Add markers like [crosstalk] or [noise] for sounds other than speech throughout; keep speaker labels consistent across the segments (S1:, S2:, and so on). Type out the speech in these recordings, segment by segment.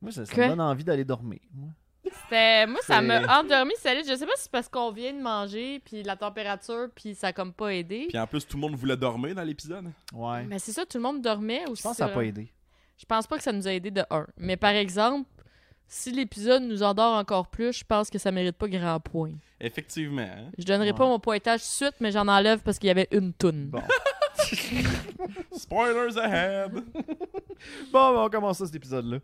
S1: Moi, ça, ça
S2: Que?
S1: me donne envie d'aller dormir. moi.
S2: C'était- Ben, Moi, ça
S3: C'est-
S2: m'a endormi, celle Je sais pas si c'est parce qu'on vient de manger, puis la température, puis ça a comme pas aidé.
S3: Puis en plus, tout le monde voulait dormir dans l'épisode.
S1: Ouais.
S2: Mais c'est ça, tout le monde dormait aussi.
S1: Je pense que ça n'a
S2: c'est
S1: pas
S2: vrai.
S1: aidé.
S2: Je pense pas que ça nous a aidé de un. Mais par exemple, si l'épisode nous endort encore plus, je pense que ça mérite pas grand point.
S3: Effectivement. hein.
S2: Je donnerai
S1: Ouais.
S2: pas mon pointage tout de suite, mais j'en enlève parce qu'il y avait une toune.
S1: Bon.
S3: Spoilers ahead!
S1: [laughs] Bon, ben, on commence ça, cet épisode-là.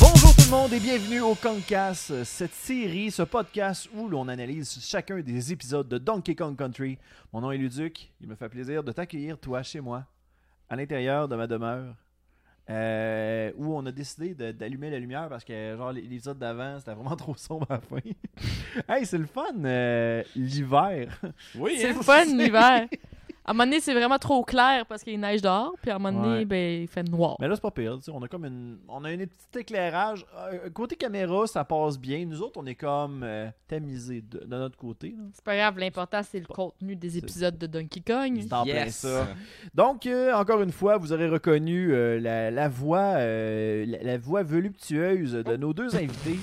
S1: Bonjour tout le monde et bienvenue au Concast, cette série, ce podcast où l'on analyse chacun des épisodes de Donkey Kong Country. Mon nom est Luduc, il me fait plaisir de t'accueillir toi chez moi, à l'intérieur de ma demeure, euh, où on a décidé de- d'allumer la lumière parce que genre l'é- l'épisode d'avant c'était vraiment [laughs] trop sombre à la fin. hey, c'est le fun euh, l'hiver.
S3: Oui,
S2: C'est
S3: hein?
S1: [laughs]
S2: le fun l'hiver. À un moment donné, c'est vraiment trop clair parce qu'il neige dehors, puis à un moment donné,
S1: Ouais.
S2: ben, il fait noir.
S1: Mais là, c'est pas pire. tu sais, On a comme une. On a un petit éclairage. Euh, côté caméra, ça passe bien. Nous autres, on est comme euh, tamisés de, de notre côté. là.
S2: C'est pas grave, l'important, c'est le contenu des épisodes de Donkey Kong.
S1: C'est en plein
S3: Yes.
S1: ça. Donc, euh, encore une fois, vous aurez reconnu euh, la, la voix, euh, la, la voix voluptueuse de nos deux invités.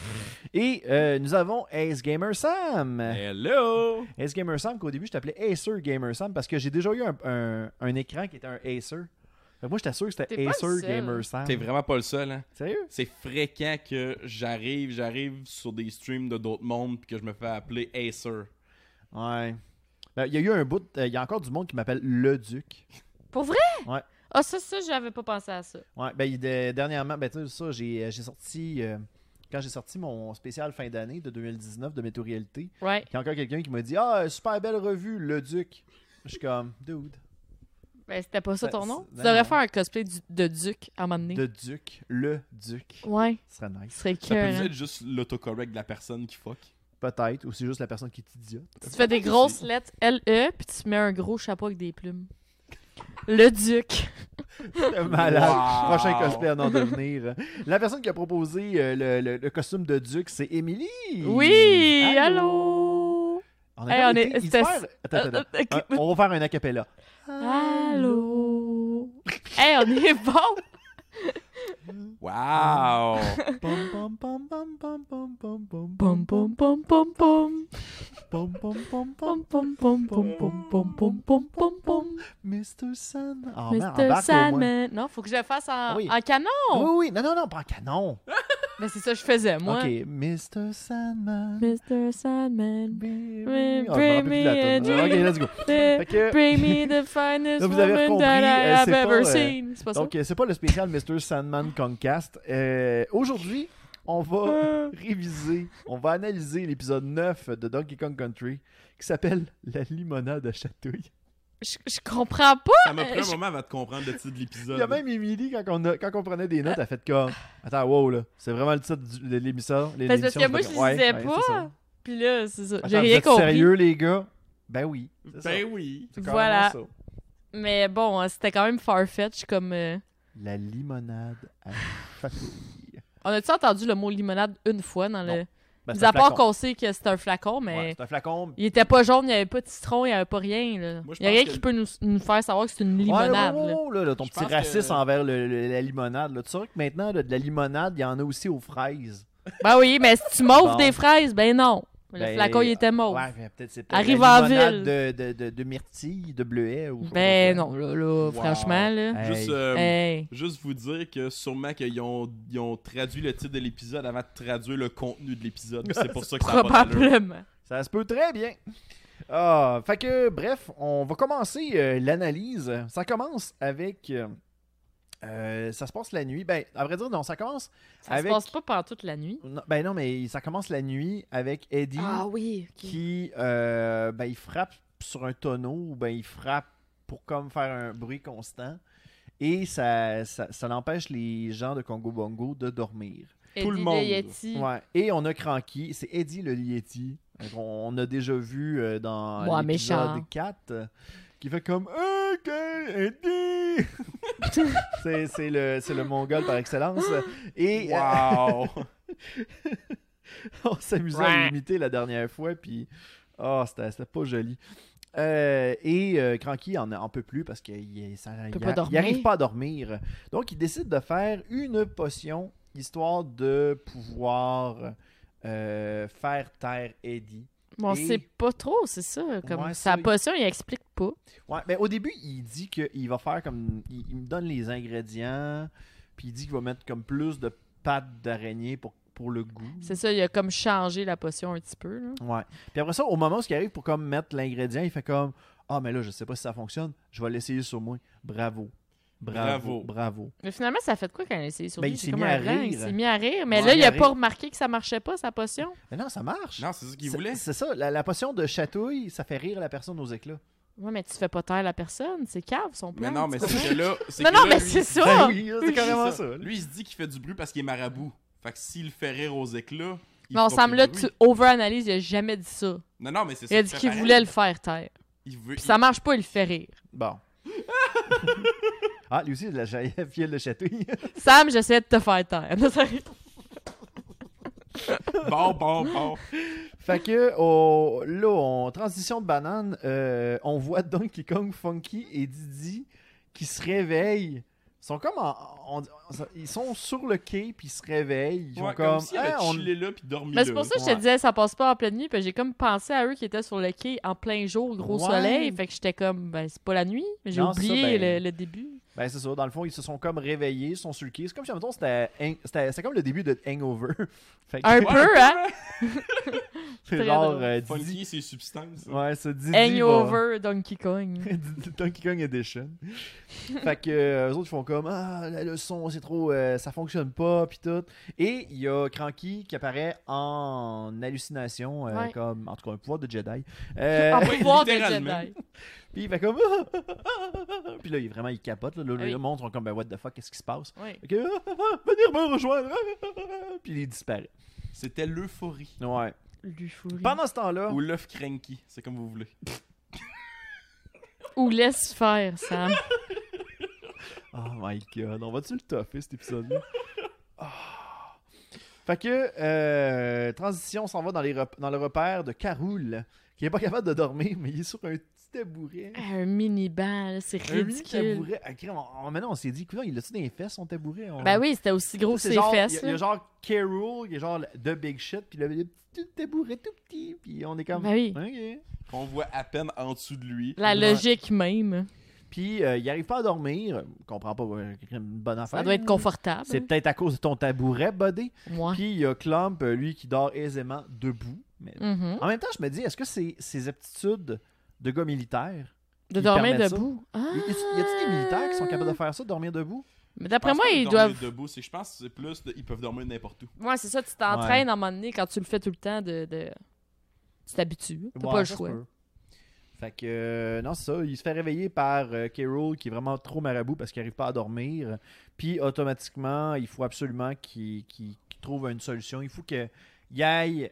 S1: Et euh, nous avons Ace Gamer Sam.
S3: Hello!
S1: Ace Gamer Sam, qu'au début, je t'appelais Acer Gamer Sam parce que j'ai déjà eu un, un- un écran qui était un Acer. Fait que moi, j'étais sûr que
S2: T'es
S1: c'était
S2: pas le
S1: Acer
S2: seul.
S1: Gamer Sam.
S3: T'es vraiment pas le seul, hein?
S1: Sérieux?
S3: C'est fréquent que j'arrive, j'arrive sur des streams de d'autres mondes puis que je me fais appeler Acer.
S1: Ouais. Ben, Il y a eu un bout. de- euh, Il y a encore du monde qui m'appelle Le Duc.
S2: Pour vrai?
S1: Ouais.
S2: Ah, ça, ça, j'avais pas pensé à ça.
S1: Ouais, ben, il- de- dernièrement, ben, tu sais, ça, j'ai euh, j'ai sorti. euh, quand j'ai sorti mon spécial fin d'année de 2019 de Météo Réalité,
S2: Ouais.
S1: Il y a encore quelqu'un qui m'a dit Ah, super belle revue, Le Duc. Je suis comme Dude.
S2: Ben, c'était pas
S1: Ça-
S2: ça ton nom?
S1: c'est-
S2: Tu
S1: ben
S2: devrais
S1: non.
S2: faire un cosplay du- de Duc à un moment donné.
S1: De Duc, le Duc.
S2: Ouais,
S1: Ce serait nice.
S2: ce serait euh,
S3: Ça peut
S2: cœur.
S3: être juste l'autocorrect de la personne qui fuck.
S1: Peut-être, ou c'est juste la personne qui est
S2: [laughs]
S1: idiote.
S2: Tu fais des grosses lettres LE, puis tu mets un gros chapeau avec des plumes. Le Duc.
S1: Malade.
S3: Wow.
S1: Prochain cosplay à en devenir. La personne qui a proposé euh, le, le- le costume de Duc, c'est Émilie.
S2: Oui,
S1: Allô.
S2: allô?
S1: On
S2: Hey,
S1: comme
S2: on est-
S1: été
S2: c'était-
S1: hyper- Attends, attends, attends.
S2: Euh, ok.
S1: Euh, on va faire un acapella. Ah.
S2: Allô? Hey, on est bon!
S1: Ah.
S3: Wow!
S2: [laughs]
S1: Pom, pom, pom, pom, pom, pom, pom, pom,
S2: Pom pom pom pom pom
S1: pom, pom, pom, pom.
S2: pom pom pom pom pom pom pom pom pom pom
S1: Mr. Sandman. Ah, man,
S2: Mr.
S1: embarque au moins.
S2: Sandman. Non, faut que je le fasse en,
S1: Ah Oui.
S2: en canon.
S1: Oui, oui, non, non, non, pas en canon.
S2: Ben, c'est ça que je faisais, moi.
S1: Ok, Mr. Sandman.
S2: Mr. Sandman.
S1: Bring
S2: me-
S1: Ah, je me rappelle plus
S2: bring me
S1: la
S2: a
S1: tune. Ok, let's go. Fait que-
S2: Bring me the finest
S1: Là, vous avez
S2: woman
S1: compris,
S2: that I
S1: euh,
S2: have
S1: c'est pas,
S2: ever
S1: euh,
S2: seen. C'est pas ça?
S1: Donc, euh, c'est pas le spécial Mr. Sandman Concast. Euh, Aujourd'hui, on
S2: [laughs]
S1: va
S2: Euh,
S1: réviser, on va analyser l'épisode 9 de Donkey Kong Country qui s'appelle La limonade à chatouille.
S2: je, je comprends pas.
S3: Ça m'a pris
S2: Euh,
S3: un
S2: je-
S3: moment avant de comprendre le titre de
S1: Il y a
S3: l'épisode.
S1: même Emily, quand on, a- quand on prenait des notes, elle a fait
S2: [laughs]
S1: comme Attends, wow, là, c'est vraiment le titre du- de l'émission.
S2: Ben, c'est parce que moi, je
S1: ne
S2: lisais pas. Puis là, c'est ça.
S1: Ah, Attends,
S2: J'ai
S1: vous
S2: rien
S1: êtes
S2: compris.
S1: sérieux, les gars Ben oui. c'est ça.
S3: Ben oui!
S1: C'est carrément
S2: Voilà.
S1: ça.
S2: Mais bon, euh, c'était quand même farfetch comme. euh,
S1: La limonade
S2: [laughs]
S1: à chatouille.
S2: On a-tu entendu le mot limonade une fois dans le.
S1: Ben,
S2: Mis
S1: c'est un
S2: à part
S1: flacon.
S2: qu'on sait que c'est un flacon, mais.
S1: Ouais, c'est un flacon.
S2: Il était pas jaune, il n'y avait pas de citron, il n'y avait pas rien. Là.
S3: Moi, je
S2: il n'y a
S3: pense
S2: rien
S3: que-
S2: qui peut nous, nous faire savoir que c'est une
S1: Ouais,
S2: limonade.
S1: ouais, ouais,
S2: là.
S1: ouais, là, là, ton
S3: Je
S1: petit
S3: pense
S1: racisme
S3: que-
S1: envers le- le- la limonade. Là. Tu sais que maintenant, là, de la limonade, il y en a aussi aux fraises.
S2: Ben oui, mais si tu
S1: Bon.
S2: m'ouvres des fraises, ben non. Le
S1: Ben,
S2: flacon, il était mauve.
S1: Ouais, mais peut-être c'est peut-être
S2: Oh. Arrive
S1: la
S2: en
S1: limonade
S2: ville.
S1: De, de, de, de myrtille, de bleuet. Ou je sais
S2: ben
S1: pas quoi.
S2: non, là, là,
S3: Wow.
S2: franchement, là.
S1: Hey.
S3: Juste, euh,
S2: Hey.
S3: juste vous dire que sûrement qu'ils ont, ils ont traduit le titre de l'épisode avant de traduire le contenu de l'épisode. puis C'est pour ça que ça a pas d'allure.
S2: Probablement.
S1: Ça se peut très bien. Ah, fait que, bref, on va commencer euh, l'analyse. Ça commence avec... euh, euh, ça se passe la nuit. Ben, à vrai dire, non, ça commence...
S2: Ça
S1: Avec-
S2: se passe pas pendant toute la nuit.
S1: non, ben non, mais ça commence la nuit avec Eddie.
S2: Ah oui.
S1: qui euh, ben, il frappe sur un tonneau ou ben, il frappe pour comme faire un bruit constant. Et ça, ça, ça l'empêche les gens de Congo Bongo de dormir.
S3: Tout le monde.
S1: Ouais. Et on a Cranky, c'est Eddie le Yeti. Donc, On, on a déjà vu euh, dans
S2: Ouais,
S1: l'épisode
S2: méchant.
S1: 4 euh, qui fait comme OK, Eddie! [laughs] c'est c'est le, c'est le mongol par excellence. Et euh,
S3: Wow!
S1: [laughs] on s'amusait à l'imiter la dernière fois, puis oh, c'était c'était pas joli. Euh, et euh, Cranky en, en peut plus parce qu'il
S2: peut pas dormir.
S1: n'arrive pas à dormir. Donc, il décide de faire une potion histoire de pouvoir euh, faire taire Eddie.
S2: Bon,
S1: Et-
S2: c'est pas trop, c'est ça. Comme
S1: Ouais,
S2: sa
S1: ça, il-
S2: potion, il explique pas.
S1: Ouais, mais au début, il dit qu'il va faire comme. Il, il me donne les ingrédients, puis il dit qu'il va mettre comme plus de pâtes d'araignée pour, pour le goût.
S3: Mm.
S2: C'est ça, il a comme changé la potion un petit peu. là.
S1: Ouais. Puis après ça, au moment où il arrive pour comme mettre l'ingrédient, il fait comme Ah, mais là, je sais pas si ça fonctionne, je vais l'essayer sur moi. Bravo. Bravo.
S3: Bravo.
S1: Bravo.
S2: Mais finalement, ça fait de quoi quand il a essayé sur
S1: Ben,
S2: lui?
S1: il
S2: C'est
S1: s'est
S2: comme
S1: mis
S2: un
S1: à
S2: rang, Il
S1: rire.
S2: s'est mis à rire. Mais
S1: Ouais,
S2: là,
S1: il
S2: il a
S1: a ri-
S2: pas remarqué que ça marchait pas, sa potion.
S1: Mais non, ça marche.
S3: Non, c'est ça qu'il
S1: C'est-
S3: voulait.
S1: C'est ça, la, la potion de chatouille, ça fait rire la personne aux éclats.
S2: Ouais, mais tu fais pas taire la personne. C'est cave, son plan.
S3: Mais non,
S2: tu
S3: mais
S2: comprends?
S3: c'est que là. c'est
S2: Non,
S3: que
S2: non,
S3: là,
S2: mais
S3: lui-
S2: Ah! c'est ça.
S1: Ben oui, c'est
S3: lui,
S1: carrément
S3: c'est
S1: ça. là.
S3: Lui, il se dit qu'il fait du bruit parce qu'il est marabout. Fait que s'il fait rire aux éclats. il
S2: Non,
S3: fera
S2: Sam,
S3: plus
S2: là,
S3: de
S2: tu
S3: bruit.
S2: over-analyses, il a jamais dit ça.
S3: Non, non, mais c'est ça.
S2: Il a
S3: qu'il
S2: dit
S3: fait
S2: qu'il
S3: pareil.
S2: voulait le faire taire.
S3: Il veut.
S2: Puis ça marche pas, il le fait rire.
S1: Bon. [laughs] ah, lui aussi, il a de la [laughs] fiole de chatouille.
S2: Sam, j'essaie de te faire taire. [laughs]
S3: il- Bon, bon,
S2: [laughs]
S3: bon.
S1: Fait que, au- là, en transition de banane, euh, on voit Donkey Kong, Funky et Didi qui se réveillent. Ils sont comme en- on- on- ils sont sur le quai puis ils se réveillent. Ils sont
S3: Ouais,
S1: comme,
S3: comme s'il avait
S1: Hein, on-
S3: chillé là puis dormi
S2: mais
S3: là.
S2: c'est pour ça que je te
S1: Ouais.
S2: disais, ça passe pas en pleine nuit. Puis j'ai comme pensé à eux qui étaient sur le quai en plein jour, gros
S1: Ouais.
S2: soleil. Fait que j'étais comme, ben, c'est pas la nuit. Mais J'ai
S1: Non, c'est ça,
S2: oublié
S1: ben-
S2: le, le début.
S1: [laughs] Ben c'est ça, dans le fond, ils se sont comme réveillés, ils sont sur le quai. C'est comme si, mettons, c'était hang- c'était- c'était comme le début de Hangover. [laughs] Fait que,
S2: Un
S3: Ouais,
S2: peu,
S1: [laughs]
S2: hein?
S1: c'est
S2: très
S1: genre
S2: drôle.
S1: euh, Didi.
S3: Funky, ses substances.
S1: Ouais, c'est Didi. va-
S2: Hangover Donkey Kong.
S1: [laughs] Donkey Kong Edition. fait que euh, eux autres ils font comme ah la leçon c'est trop euh, ça fonctionne pas puis tout. Et il y a Cranky qui apparaît en hallucination euh,
S2: Ouais. Ah
S1: comme en tout cas un pouvoir de Jedi. Euh,
S2: [laughs] en
S3: oui,
S2: pouvoir de
S3: littéralement.
S2: Jedi.
S1: [laughs] puis il fait comme [laughs] puis là il vraiment il capote là, le, le
S2: Oui.
S1: monde sont comme ben what the fuck qu'est-ce qui se passe.
S2: Oui.
S1: Fait que, [laughs] Ah, ah, ah, venir me rejoindre. [laughs] Ah, ah, ah. puis il disparaît.
S3: C'était l'euphorie.
S1: Ouais.
S2: L'euphorie.
S1: Pendant ce temps-là,
S3: Ou l'œuf cranky, c'est comme vous voulez.
S2: Ou laisse
S1: [laughs]
S2: faire, Sam.
S1: Oh my god, on va-tu le toffer cet épisode-là? Ah. Fait que, euh, transition, on s'en va dans, les rep- dans le repère de Caroul, qui est pas capable de dormir, mais il est sur un petit tabouret.
S2: Ah, Un mini-ban, là, c'est
S1: Un mini
S2: ridicule.
S1: tabouret. Ah, crème, on- on- maintenant, on s'est dit, écoute, il a-tu des fesses, son tabouret? On-
S2: Ben oui, c'était aussi gros que
S1: C'est
S2: ses
S1: genre-
S2: fesses.
S1: Il y, a- il y a
S2: là.
S1: genre Caroul, il y a genre The Big Shit, puis le, le petit tabouret tout petit, puis on est comme.
S2: Ben oui.
S1: Ok.
S3: Qu'on voit à peine en dessous de lui.
S2: La
S1: Ouais.
S2: logique même.
S1: Puis euh, il n'arrive pas à dormir, comprend pas, euh, une bonne affaire.
S2: Ça doit être confortable.
S1: C'est peut-être à cause de ton tabouret, buddy.
S2: Moi.
S1: Puis il y a Clump, euh, lui, qui dort aisément debout. Mais...
S2: Mhm.
S1: En même temps, je me dis, est-ce que c'est ses aptitudes de gars militaire
S2: De
S1: Ils
S2: dormir
S1: permettent ça.
S2: debout. Ah!
S1: Y a- y a-t-il des militaires qui sont capables de faire ça, dormir debout
S2: Mais
S3: Je pense
S2: d'après moi,
S3: pas
S2: ils
S3: dormir
S2: doivent.
S3: Debout, c'est, je pense que c'est plus. de- ils peuvent dormir n'importe où.
S2: Ouais, c'est ça, tu t'entraînes à un moment donné quand tu le fais tout le temps de. de- Tu t'habitues. T'as
S1: Ouais,
S2: pas le
S1: ça se
S2: choix.
S1: peut. Fait que, euh, non, c'est ça. Il se fait réveiller par euh, Carol, qui est vraiment trop marabout parce qu'il n'arrive pas à dormir. Puis, automatiquement, il faut absolument qu'il qu'il- qu'il trouve une solution. Il faut qu'il aille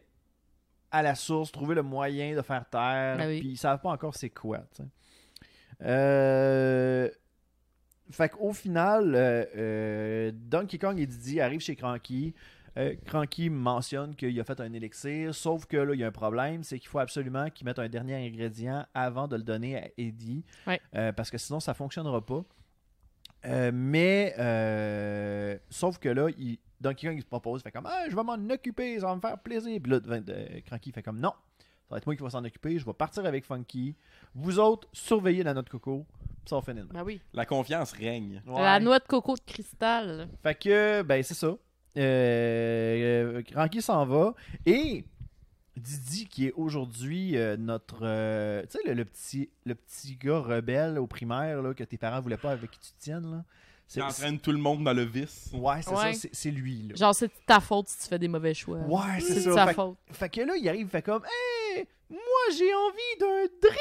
S1: à la source, trouver le moyen de faire taire.
S2: Ben oui.
S1: Puis, ils savent pas encore c'est quoi. tu sais. Euh, Fait qu'au final, euh, euh, Donkey Kong et Didi arrivent chez Cranky. Euh, Cranky mentionne qu'il a fait un élixir, sauf que là, il y a un problème, c'est qu'il faut absolument qu'il mette un dernier ingrédient avant de le donner à Eddie,
S2: Ouais.
S1: Euh, parce que sinon, ça fonctionnera pas. Euh, mais, euh, sauf que là, il, Donkey Kong, il se propose, il fait comme Ah, je vais m'en occuper, ça va me faire plaisir. Puis là, euh, Cranky fait comme Non, ça va être moi qui vais s'en occuper, je vais partir avec Funky. Vous autres, surveillez la note de coco, puis ça va finir. de même.
S2: Ben oui.
S3: La confiance règne.
S2: La
S1: Ouais.
S2: noix de coco de cristal.
S1: Fait que, ben, c'est ça. Euh, Cranky s'en va. Et Didi, qui est aujourd'hui euh, notre. euh, tu sais, le, le petit, le petit gars rebelle au primaire là, que tes parents voulaient pas avec qui tu te tiennes. Là. C'est,
S3: Ils entraînent tout le monde dans le vice.
S1: c'est- Ouais, c'est ça.
S2: Ouais.
S1: C'est, c'est lui. Là.
S2: Genre, c'est de ta faute si tu fais des mauvais choix.
S1: Ouais, c'est,
S2: C'est
S1: ça.
S2: de ta
S1: Fait,
S2: faute.
S1: fait que là, il arrive, il fait comme Hey, moi, j'ai envie d'un drink.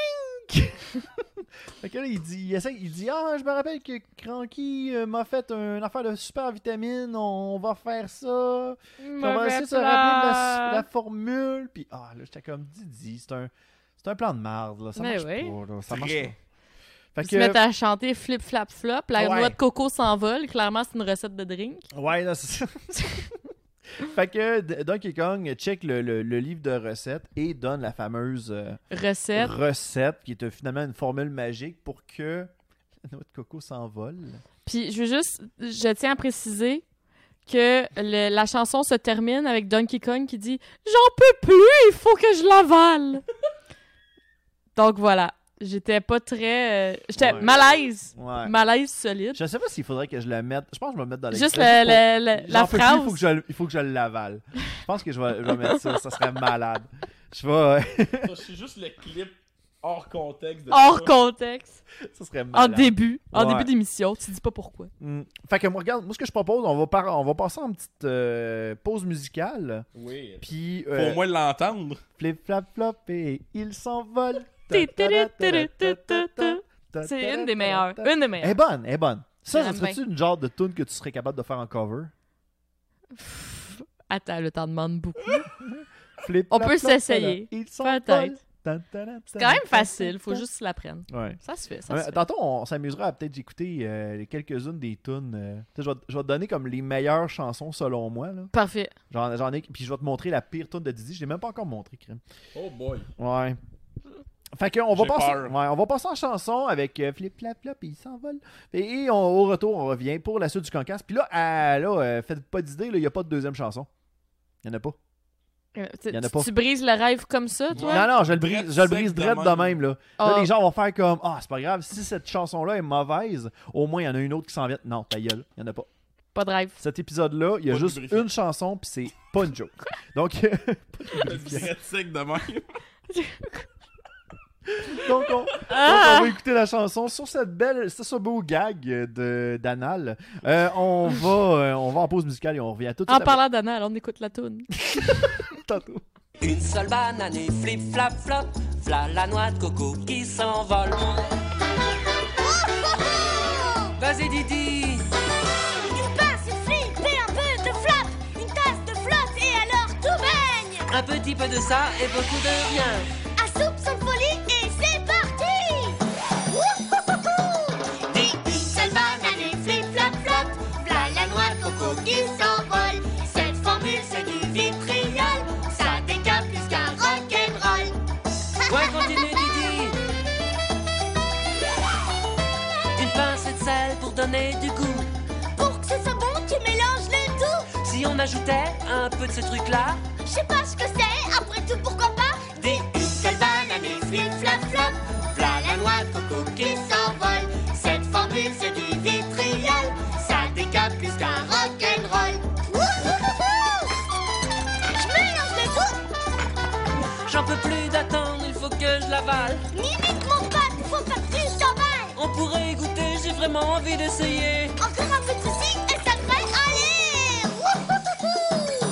S1: [laughs] fait que là, il dit, il, essaie, il dit Ah, je me rappelle que Cranky euh, m'a fait un- une affaire de super vitamine. On va faire ça. Puis on va essayer de se rappeler la, la formule. Puis ah, là, j'étais comme Didi, c'est un, c'est un plan de marde. Là. Ça
S2: Mais
S1: marche
S2: oui.
S1: pas. là. Ça marche
S3: Très.
S1: pas. Fait
S2: Ils se mettent à chanter flip flap flop. La
S1: Ouais.
S2: noix de coco s'envole. Clairement, c'est une recette de drink.
S1: Ouais, là, c'est ça. [laughs] fait que D- Donkey Kong check le, le- le livre de recettes et donne la fameuse euh,
S2: Recette.
S1: recette qui est euh, finalement une formule magique pour que [laughs] la noix de coco s'envole.
S2: Puis je veux juste, je tiens à préciser que le- la chanson se termine avec Donkey Kong qui dit J'en peux plus, il faut que je l'avale. Donc voilà, j'étais pas très. euh, j'étais
S1: Ouais.
S2: malaise.
S1: Ouais.
S2: Malaise solide.
S1: Je sais pas s'il faudrait que je la mette. Je pense que je vais me mettre dans les
S2: Juste
S1: crèches pour-
S2: le- le- le- la
S1: J'en peux plus, il
S2: phrase.
S1: faut que je le- il faut que je l'avale. Je pense que je vais, je vais mettre ça. Ça serait malade. Je vais.
S3: C'est juste le clip hors contexte. De
S2: Hors
S3: ça.
S2: contexte.
S1: ça serait malade.
S2: En début. En
S1: Ouais.
S2: début d'émission. Tu dis pas pourquoi.
S1: Mm. Fait que moi, regarde, moi ce que je propose, on va, par- on va passer en petite euh, pause musicale.
S3: Oui.
S1: Puis.
S3: Faut
S1: euh,
S3: au moins l'entendre.
S1: Flip flap flop et il s'envole.
S2: [laughs] Ti, ti, ri, ti, ri, ti, ti, ti. C'est une des meilleures. Une des
S1: Elle est
S2: meilleures.
S1: bonne, elle est bonne. Ça, ça
S2: J'aime
S1: serait-tu une genre de tune que tu serais capable de faire en cover? ben.
S2: Pff, Attends, le temps demande beaucoup.
S1: Flip,
S2: On
S1: flap,
S2: peut
S1: flop,
S2: s'essayer.
S1: Il s'envole.
S2: Peut-être.
S1: Tan, tan, tan,
S2: C'est quand même
S1: tan,
S2: facile. Faut
S1: tan.
S2: juste l'apprendre.
S1: Ouais.
S2: Ça se fait. Ça
S1: Ouais,
S2: se fait.
S1: Tantôt, on s'amusera à peut-être écouter euh, quelques-unes des tunes. euh. Tu sais, Je vais, je vais te donner comme les meilleures chansons selon moi. Là.
S2: Parfait.
S1: J'en, j'en ai, puis je vais te montrer la pire tune de Dizzy. Je l'ai même pas encore montré, Crème.
S3: Oh [laughs] boy.
S1: Ouais. Fait qu'on va
S3: J'ai
S1: passer,
S3: peur.
S1: ouais, on va passer en chanson avec euh, Flip Flap Flop et il s'envole. Et, et on- au retour, on revient pour la suite du concasse. Puis là, ah, là euh, faites pas d'idée, il n'y a pas de deuxième chanson. Il n'y en a pas.
S2: Euh, tu-
S1: Y en a
S2: tu-
S1: pas.
S2: Tu brises le rêve comme ça, toi?
S1: Non, non, je le brise,
S3: Drette
S1: je le brise
S3: sec de
S1: drette de
S3: même.
S1: même. Là.
S2: Ah.
S1: Là, les gens vont faire comme Ah, c'est pas grave, si cette chanson-là est mauvaise, au moins il y en a une autre qui s'en vient. Non, ta gueule, il n'y en a pas.
S2: Pas de rêve.
S1: Cet épisode-là, il y a
S3: Pas de
S1: juste
S3: lubrifiant.
S1: une chanson, puis c'est pas une joke. Donc, [laughs]
S3: sec de [laughs] même.
S1: donc, on,
S2: Ah!
S1: donc, on va écouter la chanson sur cette belle, sur ce beau gag de- d'Anal. Euh, on, va, euh, on va en pause musicale et on revient tout de
S2: En
S1: suite.
S2: parlant d'anal, on écoute la toune.
S1: après- tantôt.
S4: Une seule banane et flip flap flop, v'là la noix de coco qui s'envole. Vas-y Didi,
S5: Une pince flip et un peu de flap, une tasse de flotte et alors tout baigne.
S4: un petit peu de ça et beaucoup de rien.
S5: À soupe sans folie et c'est parti. Wouhouhouhou. Dis une seule banane et flip flap flop, v'là la noix de coco qui s'envole. Cette formule c'est du vitriol, ça décape plus qu'un rock'n'roll.
S4: Ouais, continue Didi. Une pincée de sel pour donner du goût.
S5: [laughs] Pour que ce soit bon, tu mélanges le tout.
S4: Si on ajoutait un peu de ce truc là,
S5: Je sais pas ce que c'est, après tout pourquoi pas. Dis une seule banane et flip flap flop, v'là la noix de coco qui s'envole. Cette formule c'est du vitriol, ça décape plus qu'un rock'n'roll. Je mélange le tout,
S4: j'en peux plus d'attendre, il faut que je l'avale.
S5: n'imite mon pote, faut pas que tu t'emballes.
S4: On pourrait y goûter, j'ai vraiment envie d'essayer.
S5: Encore un peu de ceci et ça devrait aller. Wouhouhou.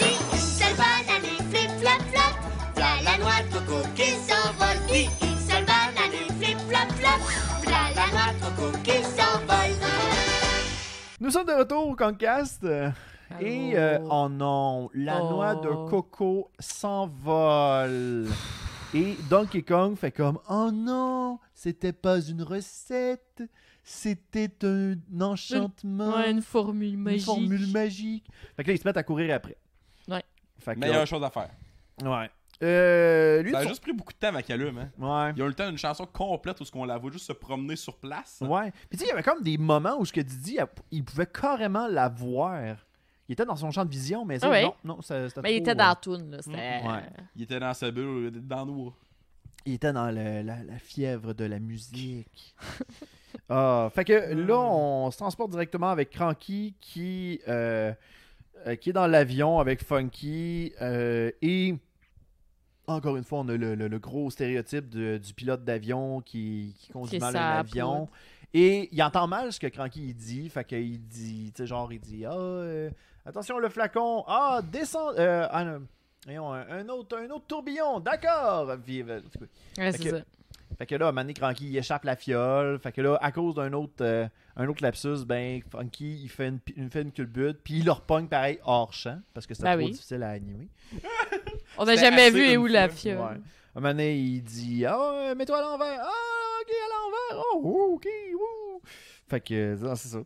S5: Dis une seule banane et flip flap flop. V'là la noix de coco qui s'envole. Dis une seule banane et flip flap flop. V'là la noix de coco qui s'envole.
S1: Nous sommes de retour au Concast. euh, Et euh, oh non, la
S2: Oh.
S1: noix de coco s'envole. Et Donkey Kong fait comme Oh non, c'était pas une recette, c'était un enchantement,
S2: Ouais, une formule
S1: Ah. une
S2: magique.
S1: formule magique. Fait que là, ils se mettent à courir après.
S2: Ouais.
S1: Fait que,
S3: Meilleure chose à faire.
S1: ouais. Euh, lui,
S3: Ça a
S1: son-
S3: Ben, juste pris beaucoup de temps avec Allume, hein.
S1: Ouais.
S3: Ils ont eu le temps d'une chanson complète où ce qu'on la voit juste se promener sur place.
S1: Ouais. Puis tu sais, il y avait comme des moments où ce que Didi, elle- il pouvait carrément la voir. Il était dans son champ de vision, mais tu sais,
S2: Ah ouais.
S1: non, non, ça- c'était
S2: Mais
S1: trop,
S2: il était
S1: euh,
S2: dans la toune, là. C'était...
S1: Mm, Ouais.
S3: Il était dans sa bulle, il était dans nous.
S1: Il était dans le- la, la fièvre de la musique. [laughs] Ah, fait que là, on se transporte directement avec Cranky qui, euh, euh, qui est dans l'avion avec Funky. euh, et encore une fois, on a le, le- le gros stéréotype de- du pilote d'avion qui, qui conduit
S2: Qui
S1: mal
S2: ça
S1: un avion.
S2: applaudit.
S1: Et il entend mal ce que Cranky il dit. Fait qu'il dit, tu sais, genre, il dit Ah, euh, attention le flacon. Ah, descend. euh, ah, non. Voyons, un, un autre, un autre tourbillon. D'accord. Vive. en tout cas.
S2: Ouais, c'est
S1: Ok.
S2: ça.
S1: Fait que là, à un moment donné, Cranky, il échappe la fiole. Fait que là, à cause d'un autre, euh, un autre lapsus, ben, Funky, il fait une, pi- il fait une culbute, puis il leur pogne pareil hors champ, parce que c'était
S2: Ben
S1: trop
S2: oui.
S1: difficile à animer.
S2: On n'a
S3: C'était
S2: jamais
S3: assez
S2: vu et
S3: une
S2: où la
S3: fois.
S1: Ouais.
S2: fiole.
S1: À un moment donné, il dit Ah, euh, mets-toi à l'envers. Ah, hockey à l'envers. Oh, oh, ok, wouh. Fait que, euh, non, c'est ça.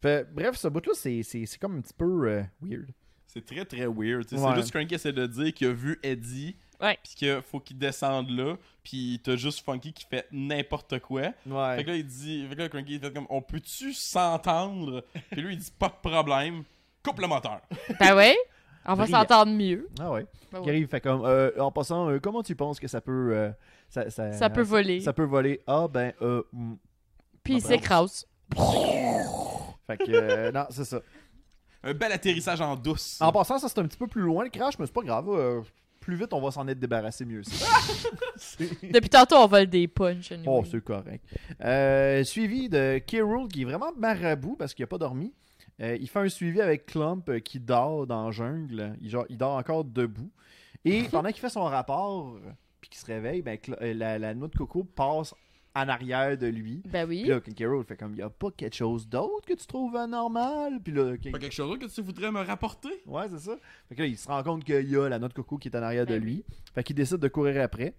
S1: Fait- bref, ce bout-là, c'est, c'est, c'est comme un petit peu euh, weird.
S3: C'est très très weird. tu sais.
S1: Ouais.
S3: C'est juste Cranky essaie de dire qu'il a vu Eddie.
S2: Ouais.
S3: Puis qu'il faut qu'il descende là. Puis t'as juste Funky qui fait n'importe quoi. Fait
S1: Ouais.
S3: que là, il dit. Fait que là, Cranky, il fait comme On peut-tu s'entendre Puis lui, il dit Pas de problème. Coupe le moteur.
S2: [laughs] Ben ouais, on va
S1: Brillant.
S2: s'entendre mieux.
S1: Ah ouais. Il
S2: Ben ouais.
S1: arrive, fait comme, euh, en passant, euh, comment tu penses que ça peut. euh, ça, ça,
S2: Ça peut voler.
S1: ça peut voler. Ah, ben, euh, hmm.
S2: Puis il
S1: Ah, bravo.
S2: s'écrase.
S1: Fait que, euh, non, c'est ça.
S3: Un bel atterrissage en douce.
S1: En passant, ça c'est un petit peu plus loin le crash, mais c'est pas grave. euh, plus vite on va s'en être débarrassé, mieux c'est. C'est-
S2: Depuis tantôt, on vole des punches. anyway.
S1: oh, c'est correct. Euh, suivi de K. Rool, qui est vraiment marabout parce qu'il a pas dormi. Euh, il fait un suivi avec Clump euh, qui dort dans la jungle. Il, genre, il dort encore debout. Et pendant qu'il fait son rapport, euh, puis qu'il se réveille, ben, Cl- euh, la, la noix de coco passe en arrière de lui.
S2: ben oui.
S1: Puis là, King K. Rool fait comme, il y a pas quelque chose d'autre que tu trouves anormal. Puis là, King-
S3: Pas quelque chose d'autre que tu voudrais me rapporter
S1: Ouais, c'est ça. Fait que là, il se rend compte qu'il y a la noix de coco qui est en arrière de
S2: Ben
S1: lui. Fait qu'il décide de courir après.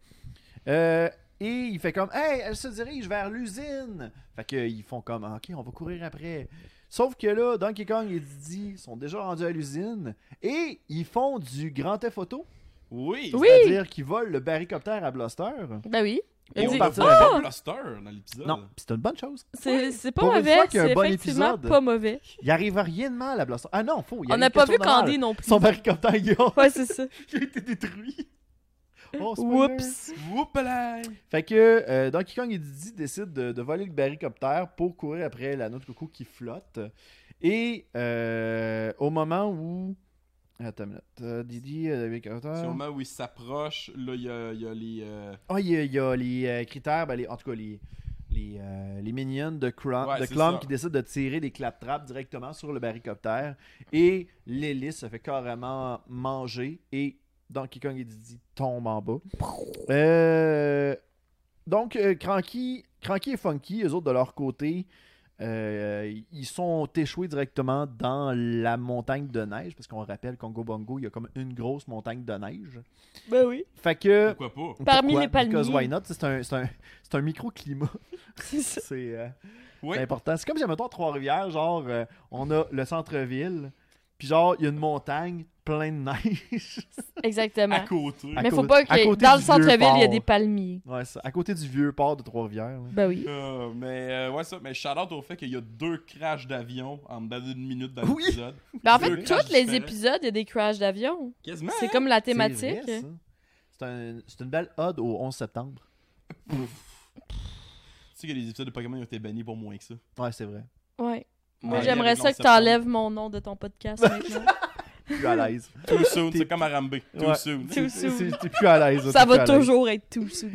S1: Euh, et il fait comme Hey, elle se dirige vers l'usine. Fait qu'ils font comme Ok, on va courir après. Sauf que là, Donkey Kong et Didi sont déjà rendus à l'usine et ils font du grand F photo.
S3: Oui.
S1: euh,
S2: Oui.
S1: C'est-à-dire qu'ils volent le barricoptère à Blaster.
S2: Ben oui.
S3: Et
S2: Il
S3: on
S2: dit,
S3: a
S1: partir
S3: vu
S1: avec-
S2: Ah!
S3: un blaster dans l'épisode.
S1: Non, pis c'est une bonne chose.
S2: c'est c'est pas
S1: Pour une
S2: mauvais,
S1: fois qu'il y a un
S2: c'est
S1: bon
S2: effectivement
S1: épisode.
S2: pas mauvais.
S1: Il arrive à rien de mal à Blaster. Ah non, faut. il
S2: On
S1: arrive
S2: n'a pas vu
S1: quelque chose de mal.
S2: Candy non plus.
S1: Son barricoptère, il a,
S2: Ouais, c'est ça.
S1: [laughs] il a été détruit. Oh, spoiler.
S2: Oups.
S3: Whoopalaï.
S1: Fait que euh, Donkey Kong et Didi décident de, de voler le barricoptère pour courir après la noix de coco qui flotte. Et euh, au moment où. Attends une minute. Euh, Didi, euh, le
S3: C'est au
S1: barricoptère.
S3: moment où il s'approche, là, il y a, il y a les. euh,
S1: Ah, il y, a- il y a les euh, critères, ben, les- en tout cas les, les, euh, les minions de, Crum,
S3: Ouais,
S1: de
S3: c'est
S1: Clum
S3: ça.
S1: qui décident de tirer des claptraps directement sur le barricoptère. Et l'hélice se fait carrément manger et Donkey Kong et Didi tombent en bas. Euh, donc, euh, Cranky, Cranky et Funky, eux autres de leur côté, euh, ils sont échoués directement dans la montagne de neige. Parce qu'on rappelle, Congo Bongo, il y a comme une grosse montagne de neige.
S2: Ben oui.
S1: Fait que.
S3: Pourquoi pas
S2: Parmi
S1: Pourquoi?
S2: les palmiers.
S1: Because why not? C'est un, c'est un, c'est un microclimat.
S2: [laughs] C'est ça.
S1: C'est euh,
S3: Oui.
S1: important. C'est comme si, mettons, à Trois-Rivières, genre, euh, on a le centre-ville, puis genre, il y a une montagne pleine de neige. [laughs]
S3: À
S2: Exactement.
S3: côté.
S1: À
S2: Mais faut
S1: côté-
S2: pas
S1: à
S2: que
S1: côté
S2: dans
S1: du
S2: le centre-ville, il y a
S1: Vieux-Port.
S2: des palmiers.
S1: ouais, ça, à côté du vieux port de Trois-Rivières. là.
S2: Ben
S3: [laughs]
S2: oui.
S3: Euh, mais euh, ouais, ça. Mais shout out au fait qu'il y a deux crashs d'avion en dedans d'une minute dans
S1: Oui.
S3: l'épisode.
S2: Ben en
S3: Deux
S2: fait,
S3: crashs
S2: tous les
S3: différents.
S2: épisodes, il y a des crashs d'avion.
S3: Quasiment.
S2: C'est comme la
S1: C'est vrai,
S2: thématique. hein?
S1: ça. C'est un- c'est une belle ode au 11 septembre.
S3: Tu sais que les épisodes de Pokémon ont été bannis pour moins que ça.
S1: Ouais, c'est vrai.
S2: Ouais. Moi,
S3: Ouais,
S2: j'aimerais
S3: avec
S2: ça que
S3: l'once
S2: t'enlèves mon nom de ton podcast maintenant.
S1: Plus à
S2: [laughs]
S1: l'aise.
S3: Too soon, c'est comme Arambe. Too
S1: Ouais.
S3: soon.
S2: Too
S1: C'est-
S2: soon.
S1: c'est- T'es plus à l'aise. là,
S2: ça
S1: t'es plus
S2: va
S1: à l'aise.
S2: toujours être tout soon.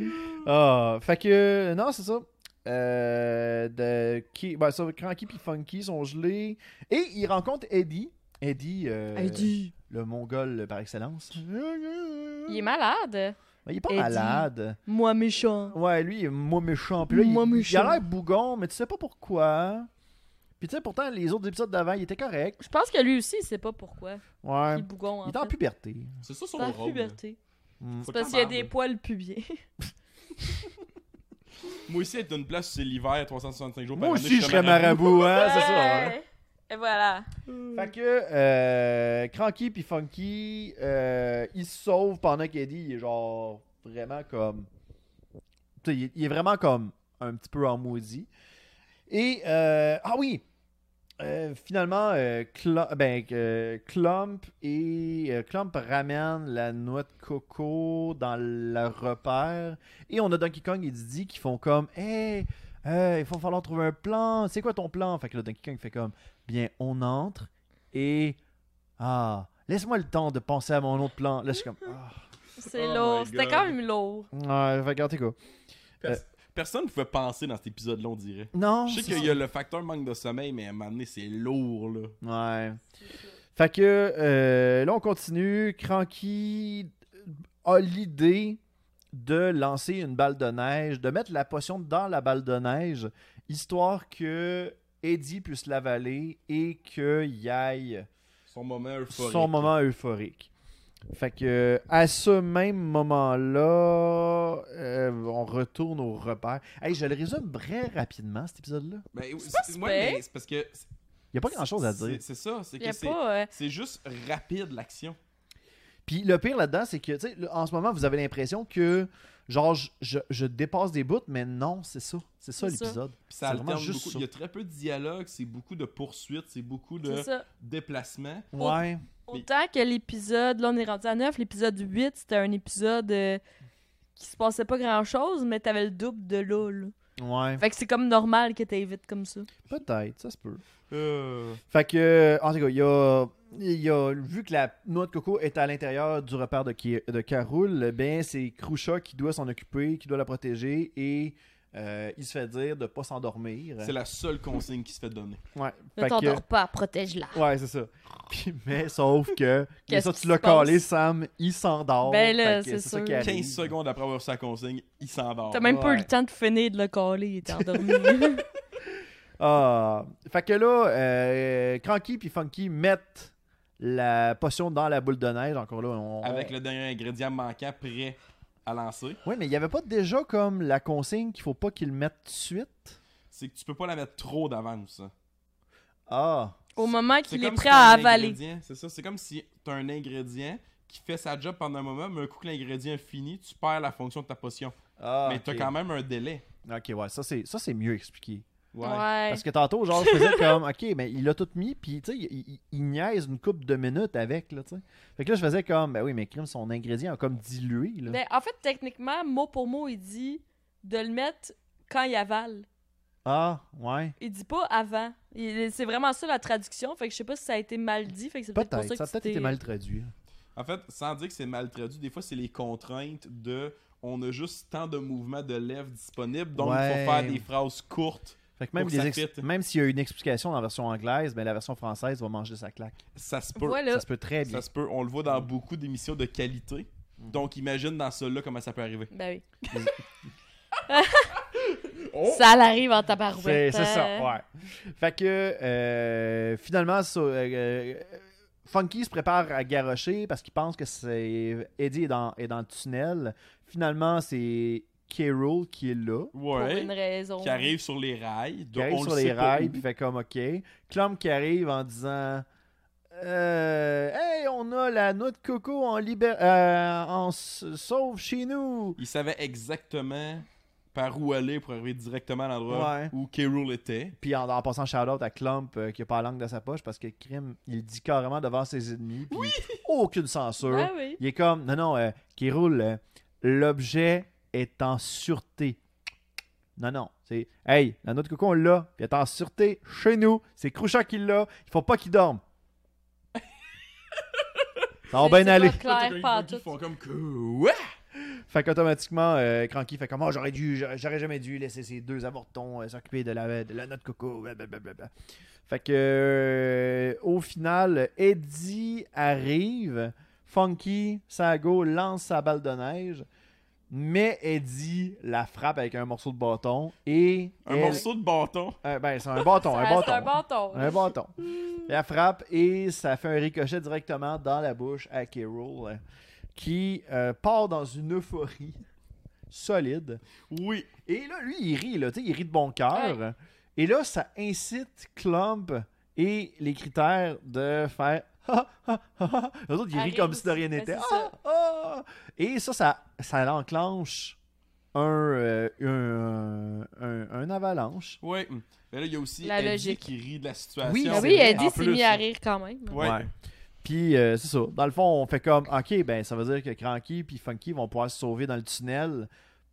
S1: Ah, fait que, non, c'est ça. Euh, de, qui, ben, ça, Cranky puis Funky sont gelés. Et ils rencontrent Eddie. Eddie, euh, le mongol par excellence.
S2: Il
S1: Il
S2: est malade.
S1: il est pas
S2: Eddie.
S1: malade.
S2: Moi méchant.
S1: Ouais, lui, il est moi méchant. Puis là,
S2: Moi
S1: il, il
S2: méchant.
S1: a l'air bougon, mais tu sais pas pourquoi. Puis tu sais, pourtant, les autres épisodes d'avant, il était correct.
S2: Je pense que lui aussi, il sait pas pourquoi.
S1: Ouais.
S2: Il bougon, hein. en
S1: Il est en
S2: fait.
S1: puberté.
S3: C'est ça son
S2: Dans la
S3: rôle. là.
S2: puberté.
S1: Mm.
S2: C'est
S3: Faut
S2: parce
S3: que
S2: qu'il y a
S3: t'en
S2: des
S3: parles.
S2: poils pubiens.
S3: Moi aussi, être dans une place, c'est l'hiver, 365 jours
S1: Moi
S3: par année,
S1: aussi, je serais marabout, hein, c'est ça. hein.
S2: Et voilà.
S1: Fait que euh, Cranky puis Funky, euh, ils se sauvent pendant qu'Eddie il est genre vraiment comme. Tu sais, il, est- il est vraiment comme un petit peu en maudit. Et. euh, ah oui! Euh, finalement, euh, Clu- ben, euh, Clump et euh, Clump ramène la noix de coco dans le repère. Et on a Donkey Kong et Didi qui font comme Hey, euh, il faut falloir trouver un plan. C'est quoi ton plan? Fait que là, Donkey Kong fait comme Bien, on entre et. Ah, laisse-moi le temps de penser à mon autre plan. Là, je suis comme. Ah.
S2: C'est
S3: Oh
S2: lourd.
S3: my
S2: C'était
S3: God.
S2: quand même lourd.
S1: Ouais, fait que, en tout cas.
S3: Personne ne pouvait penser dans cet épisode-là, on dirait.
S1: Non.
S3: Je sais
S1: c'est
S3: qu'il y a le facteur manque de sommeil, mais à un moment donné, c'est lourd, là.
S1: ça. Ouais. Fait que euh, là, on continue. Cranky a l'idée de lancer une balle de neige, de mettre la potion dans la balle de neige, histoire que Eddie puisse l'avaler et qu'il y aille
S3: Son moment euphorique.
S1: son moment euphorique. Fait que à ce même moment-là, euh, on retourne au repère. Hey, je le résume très rapidement cet épisode-là.
S3: Ben, oui,
S2: pas
S3: c'est-
S2: si
S3: ouais,
S2: pire.
S3: mais c'est parce que. c'est-
S1: Il n'y a pas grand-chose à dire.
S3: c'est- C'est ça, c'est
S2: Il y
S3: que
S2: a
S3: c'est.
S2: pas. euh,
S3: C'est juste rapide l'action.
S1: Puis le pire là-dedans, c'est que, tu sais, le- en ce moment, vous avez l'impression que, genre, je, je- je dépasse des bouts, mais non, c'est ça. C'est ça
S2: C'est ça.
S1: l'épisode.
S3: Puis ça
S1: C'est vraiment
S3: alterne
S1: juste
S3: beaucoup.
S1: ça.
S3: Il y a très peu de dialogue, c'est beaucoup de poursuites, c'est beaucoup de
S2: C'est ça.
S3: déplacements.
S1: Ouais.
S2: Autant que l'épisode, là on est rendu à 9, l'épisode 8, c'était un épisode euh, qui se passait pas grand chose, mais t'avais le double de là. là.
S1: Ouais.
S2: Fait que c'est comme normal que t'ailles vite comme ça.
S1: Peut-être, ça se peut.
S3: Euh,
S1: Fait que, en tout cas, il y a, il y a- Vu que la noix de coco est à l'intérieur du repère de, Ki- de Karoul, ben, c'est Krusha qui doit s'en occuper, qui doit la protéger et. euh, il se fait dire de pas s'endormir.
S3: C'est la seule consigne qui se fait donner.
S1: Ouais.
S2: Ne
S1: Fait que-
S2: t'endors pas, protège-la.
S1: Ouais, c'est ça. Puis, mais sauf que,
S2: [laughs] Qu'est-ce
S1: ça,
S2: qui
S1: tu
S2: se
S1: l'as calé,
S2: passe?
S1: Sam, il s'endort.
S2: Ben là,
S1: Fait que
S2: c'est
S1: ça
S2: sûr.
S1: qui arrive.
S3: 15 secondes après avoir sa consigne, il s'en va.
S2: T'as même pas eu
S1: Ouais.
S2: le temps de finir de le caler, t'es [laughs] endormi.
S1: Ah, fait que là, euh, Cranky puis Funky mettent la potion dans la boule de neige. Encore là, on.
S3: Avec le dernier ingrédient manquant prêt à lancer.
S1: Oui, mais il n'y avait pas déjà comme la consigne qu'il faut pas qu'ils le mettent tout de suite.
S3: C'est que tu peux pas la mettre trop d'avance. hein.
S1: Ah,
S2: Au moment
S3: C'est
S2: qu'il est
S3: comme
S2: prêt
S3: si
S2: à
S3: t'as un
S2: avaler.
S3: ingrédient, C'est ça, c'est comme si t'as un ingrédient qui fait sa job pendant un moment, mais un coup que l'ingrédient est fini, tu perds la fonction de ta potion.
S1: ah.
S3: mais t'as quand même un délai.
S1: même. Ok, ouais, ça c'est ça c'est mieux expliqué.
S2: Ouais.
S1: Parce que tantôt, genre, je
S2: [laughs]
S1: faisais comme, ok, mais il a tout mis, puis tu sais, il, il- il niaise une coupe de minutes avec, là, tu sais. Fait que là, je faisais comme, ben oui, mais crime, son ingrédient a comme dilué, là.
S2: Ben, en fait, techniquement, mot pour mot, il dit de le mettre quand il avale.
S1: Ah, ouais.
S2: Il dit pas avant. Il- C'est vraiment ça la traduction. Fait que je sais pas si ça a été mal dit. Fait que c'est peut-être pour
S1: Peut-être, ça
S2: ça,
S1: a
S2: que
S1: peut-être
S2: tu
S1: été
S2: t'es-
S1: mal traduit. hein.
S3: En fait, sans dire que c'est mal traduit, des fois c'est les contraintes de on a juste tant de mouvements de lèvres disponibles, donc il
S1: Ouais.
S3: faut faire des phrases courtes.
S1: Fait que même,
S3: Pour que
S1: les
S3: ça
S1: ex-
S3: fitte.
S1: même s'il y a une explication dans la version anglaise, ben, la version française va manger sa claque.
S3: Ça se peut.
S2: Voilà.
S1: Ça se peut très bien.
S3: Ça se peut. On le voit dans beaucoup d'émissions de qualité.
S1: Mhm.
S3: Donc imagine dans celle-là comment ça peut arriver.
S2: Ben oui.
S3: Oh!
S2: Ça l'arrive en
S1: C'est
S2: tabarouette.
S1: c'est ça,
S2: hein.
S1: ouais. Fait que euh, finalement, ça, euh, euh, Funky se prépare à garrocher parce qu'il pense que c'est Eddie est dans, est dans le tunnel. Finalement, c'est Carol qui est là.
S2: Pour
S3: Ouais.
S2: une raison.
S3: Qui arrive sur les rails.
S1: Qui
S3: donc
S1: arrive
S3: on
S1: sur
S3: le
S1: les
S3: sait pas
S1: rails,
S3: où.
S1: puis fait comme OK. Clum qui arrive en disant euh, Hey, on a la noix de coco en, libé- euh, en s- sauve chez nous.
S3: Il savait exactement par où aller pour arriver directement à l'endroit
S1: Ouais.
S3: où K-Rool était.
S1: Puis en, en passant shout-out à Clump euh, qui a pas la langue dans sa poche parce que Crime, il dit carrément devant ses ennemis, puis aucune censure.
S2: Ouais, oui.
S1: Il est comme, non, non, euh, qui roule, euh, l'objet est en sûreté. Non, non, c'est, hey, la noix de coco, on l'a, puis elle est en sûreté chez nous, c'est Crouchard qui l'a, il faut pas qu'il
S2: [laughs]
S1: dorme. Ça va
S2: C'est-
S1: bien
S2: c'est
S1: aller.
S2: pas clair, pas en tout.
S3: Ils font comme que. Ouais!
S1: Fait qu'automatiquement, euh, Cranky fait comme, oh, j'aurais dû, j'aurais- j'aurais jamais dû laisser ces deux avortons euh, s'occuper de la, de la noix de coco, blablabla. Fait que, euh, au final, Eddie arrive, Funky, Sago lance sa balle de neige, mais Eddie la frappe avec un morceau de bâton et...
S3: Un
S1: elle-
S3: morceau de bâton.
S1: euh, ben, c'est un bâton,
S2: Ça-
S4: [laughs]
S1: un
S2: c'est
S1: bâton.
S2: un bâton.
S1: Un bâton. La frappe et ça fait un ricochet directement dans la bouche à K-Rool euh, qui euh, part dans une euphorie solide.
S3: Oui.
S1: Et là, lui, il rit, là, tu sais, il rit de bon cœur. Et là, ça incite Clump et les critères de faire. Ah, Ha, ha, ha, ha. Les autres, ils
S2: À
S1: rient
S2: rire
S1: comme si de
S2: aussi.
S1: rien
S2: Ben,
S1: n'était.
S2: c'est ça.
S1: Ah, ah. Et ça, ça, ça enclenche un, euh, un, un- un avalanche.
S3: Ouais. Mm. Mais là, il y a aussi
S2: La
S3: Eddie
S2: logique.
S3: qui rit de la situation.
S1: Oui,
S2: Ah
S1: c'est
S2: oui,
S1: vrai.
S2: Eddie
S3: En
S2: s'est
S3: plus,
S2: mis à rire quand même.
S3: Ouais.
S1: Ouais. Puis euh, c'est ça. Dans le fond, on fait comme OK, ben ça veut dire que Cranky puis Funky vont pouvoir se sauver dans le tunnel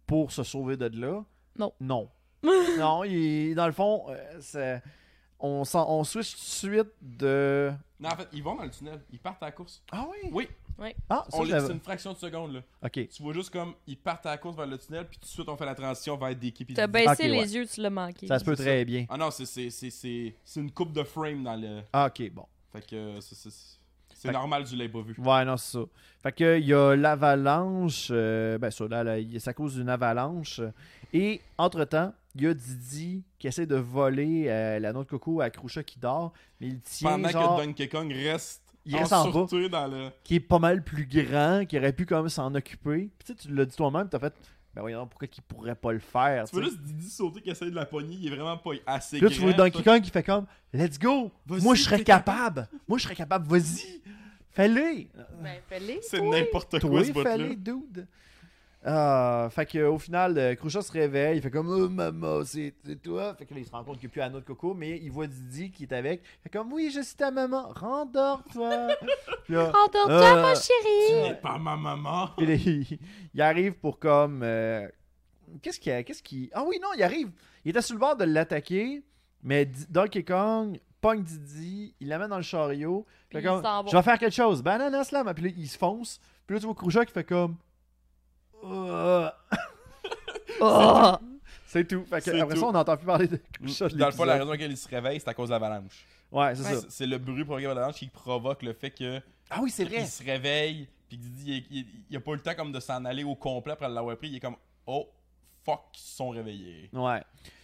S1: pour se sauver de là.
S2: Non.
S1: Non. non, il- dans le fond, euh, c'est- on, s'en- on switch tout de suite de
S3: Non, en fait, ils vont dans le tunnel. Ils partent à la course.
S1: Ah oui.
S3: Oui.
S1: Ah, ça,
S3: On
S1: je
S3: les-
S1: l'avais-
S3: C'est une fraction de seconde, là.
S1: OK.
S3: Tu vois juste comme ils partent à la course vers le tunnel, puis tout de suite, on fait la transition vers des équipes.
S2: T'as baissé
S1: Ok, ouais.
S2: les yeux, tu l'as manqué.
S1: Ça se peut très bien.
S3: Ah non, c'est- c'est c'est- c'est- c'est une coupe de frame dans le.
S1: Ah, OK, bon.
S3: Fait que euh, c'est- c'est-
S1: Fait-
S3: c'est normal, tu l'as pas vu.
S1: Ouais, non, c'est ça. Fait que il y a l'avalanche. euh, ben ça, là, là, il- c'est à cause d'une avalanche. Et entre-temps, il y a Didi qui essaie de voler euh, la noix de coco à Croucha qui dort. Mais il tient
S3: Pendant
S1: genre...
S3: que Donkey Kong reste
S1: il reste en bas,
S3: sûreté dans le.
S1: qui est pas mal plus grand, qui aurait pu comme s'en occuper. Puis tu sais, tu l'as dit toi-même, t'as fait, ben voyons, pourquoi qu'il pourrait pas le faire?
S3: Tu vois
S1: tu sais.
S3: juste Didi sauter qui essaie de la pogner, il est vraiment pas assez
S1: Puis là, tu vois
S3: grand,
S1: Donkey
S3: toi.
S1: Kong qui fait comme Let's go!
S3: Vas-y,
S1: Moi, je serais
S3: t'es
S1: capable! Moi, je serais capable, vas-y! Fais-le!
S2: Ben, fais-les.
S3: C'est n'importe quoi
S1: Toi,
S3: ce bot-là.
S1: fais-le, dude! Ah, fait que, au final, euh, Khrushchev se réveille, il fait comme Oh maman, c'est c'est toi! Fait que là, il se rend compte qu'il n'y a plus Anna de Coco, mais il voit Didi qui est avec. Il fait comme Oui, je suis ta maman,
S3: [laughs]
S1: rendors-toi! Puis là,
S2: Endors-toi,
S1: Euh,
S2: ma
S3: Tu
S2: chérie!
S3: n'es pas
S1: [laughs]
S3: ma maman.
S1: Puis là, il, il arrive pour comme. euh, qu'est-ce qu'il. a- Qu'est-ce qu'il. Ah oui, non, il arrive. Il était sur le bord de l'attaquer, mais Di- Donkey Kong pogne Didi, il l'amène dans le chariot.
S2: Puis
S1: Fait
S2: il
S1: comme,
S2: s'en va.
S1: je vais faire quelque chose. Banana slam. Puis là, il se fonce. Puis là, tu vois Kruja qui fait comme. Euh,
S2: Oh!
S1: c'est tout. Fait que
S3: C'est
S1: après
S3: tout. Mm.
S1: ça, on n'entend plus parler de Kruja.
S3: Dans le fond, la raison pour laquelle il se réveille, c'est à cause de l'avalanche.
S1: Ouais, c'est ça.
S3: C'est- C'est le bruit pour l'avalanche qui provoque le fait que
S1: Ah oui, c'est vrai.
S3: il se réveille, puis Didi, il, il- il a pas eu le temps comme de s'en aller au complet après l'avoir pris. Il est comme, oh, fuck, ils se sont réveillés.
S1: Ouais.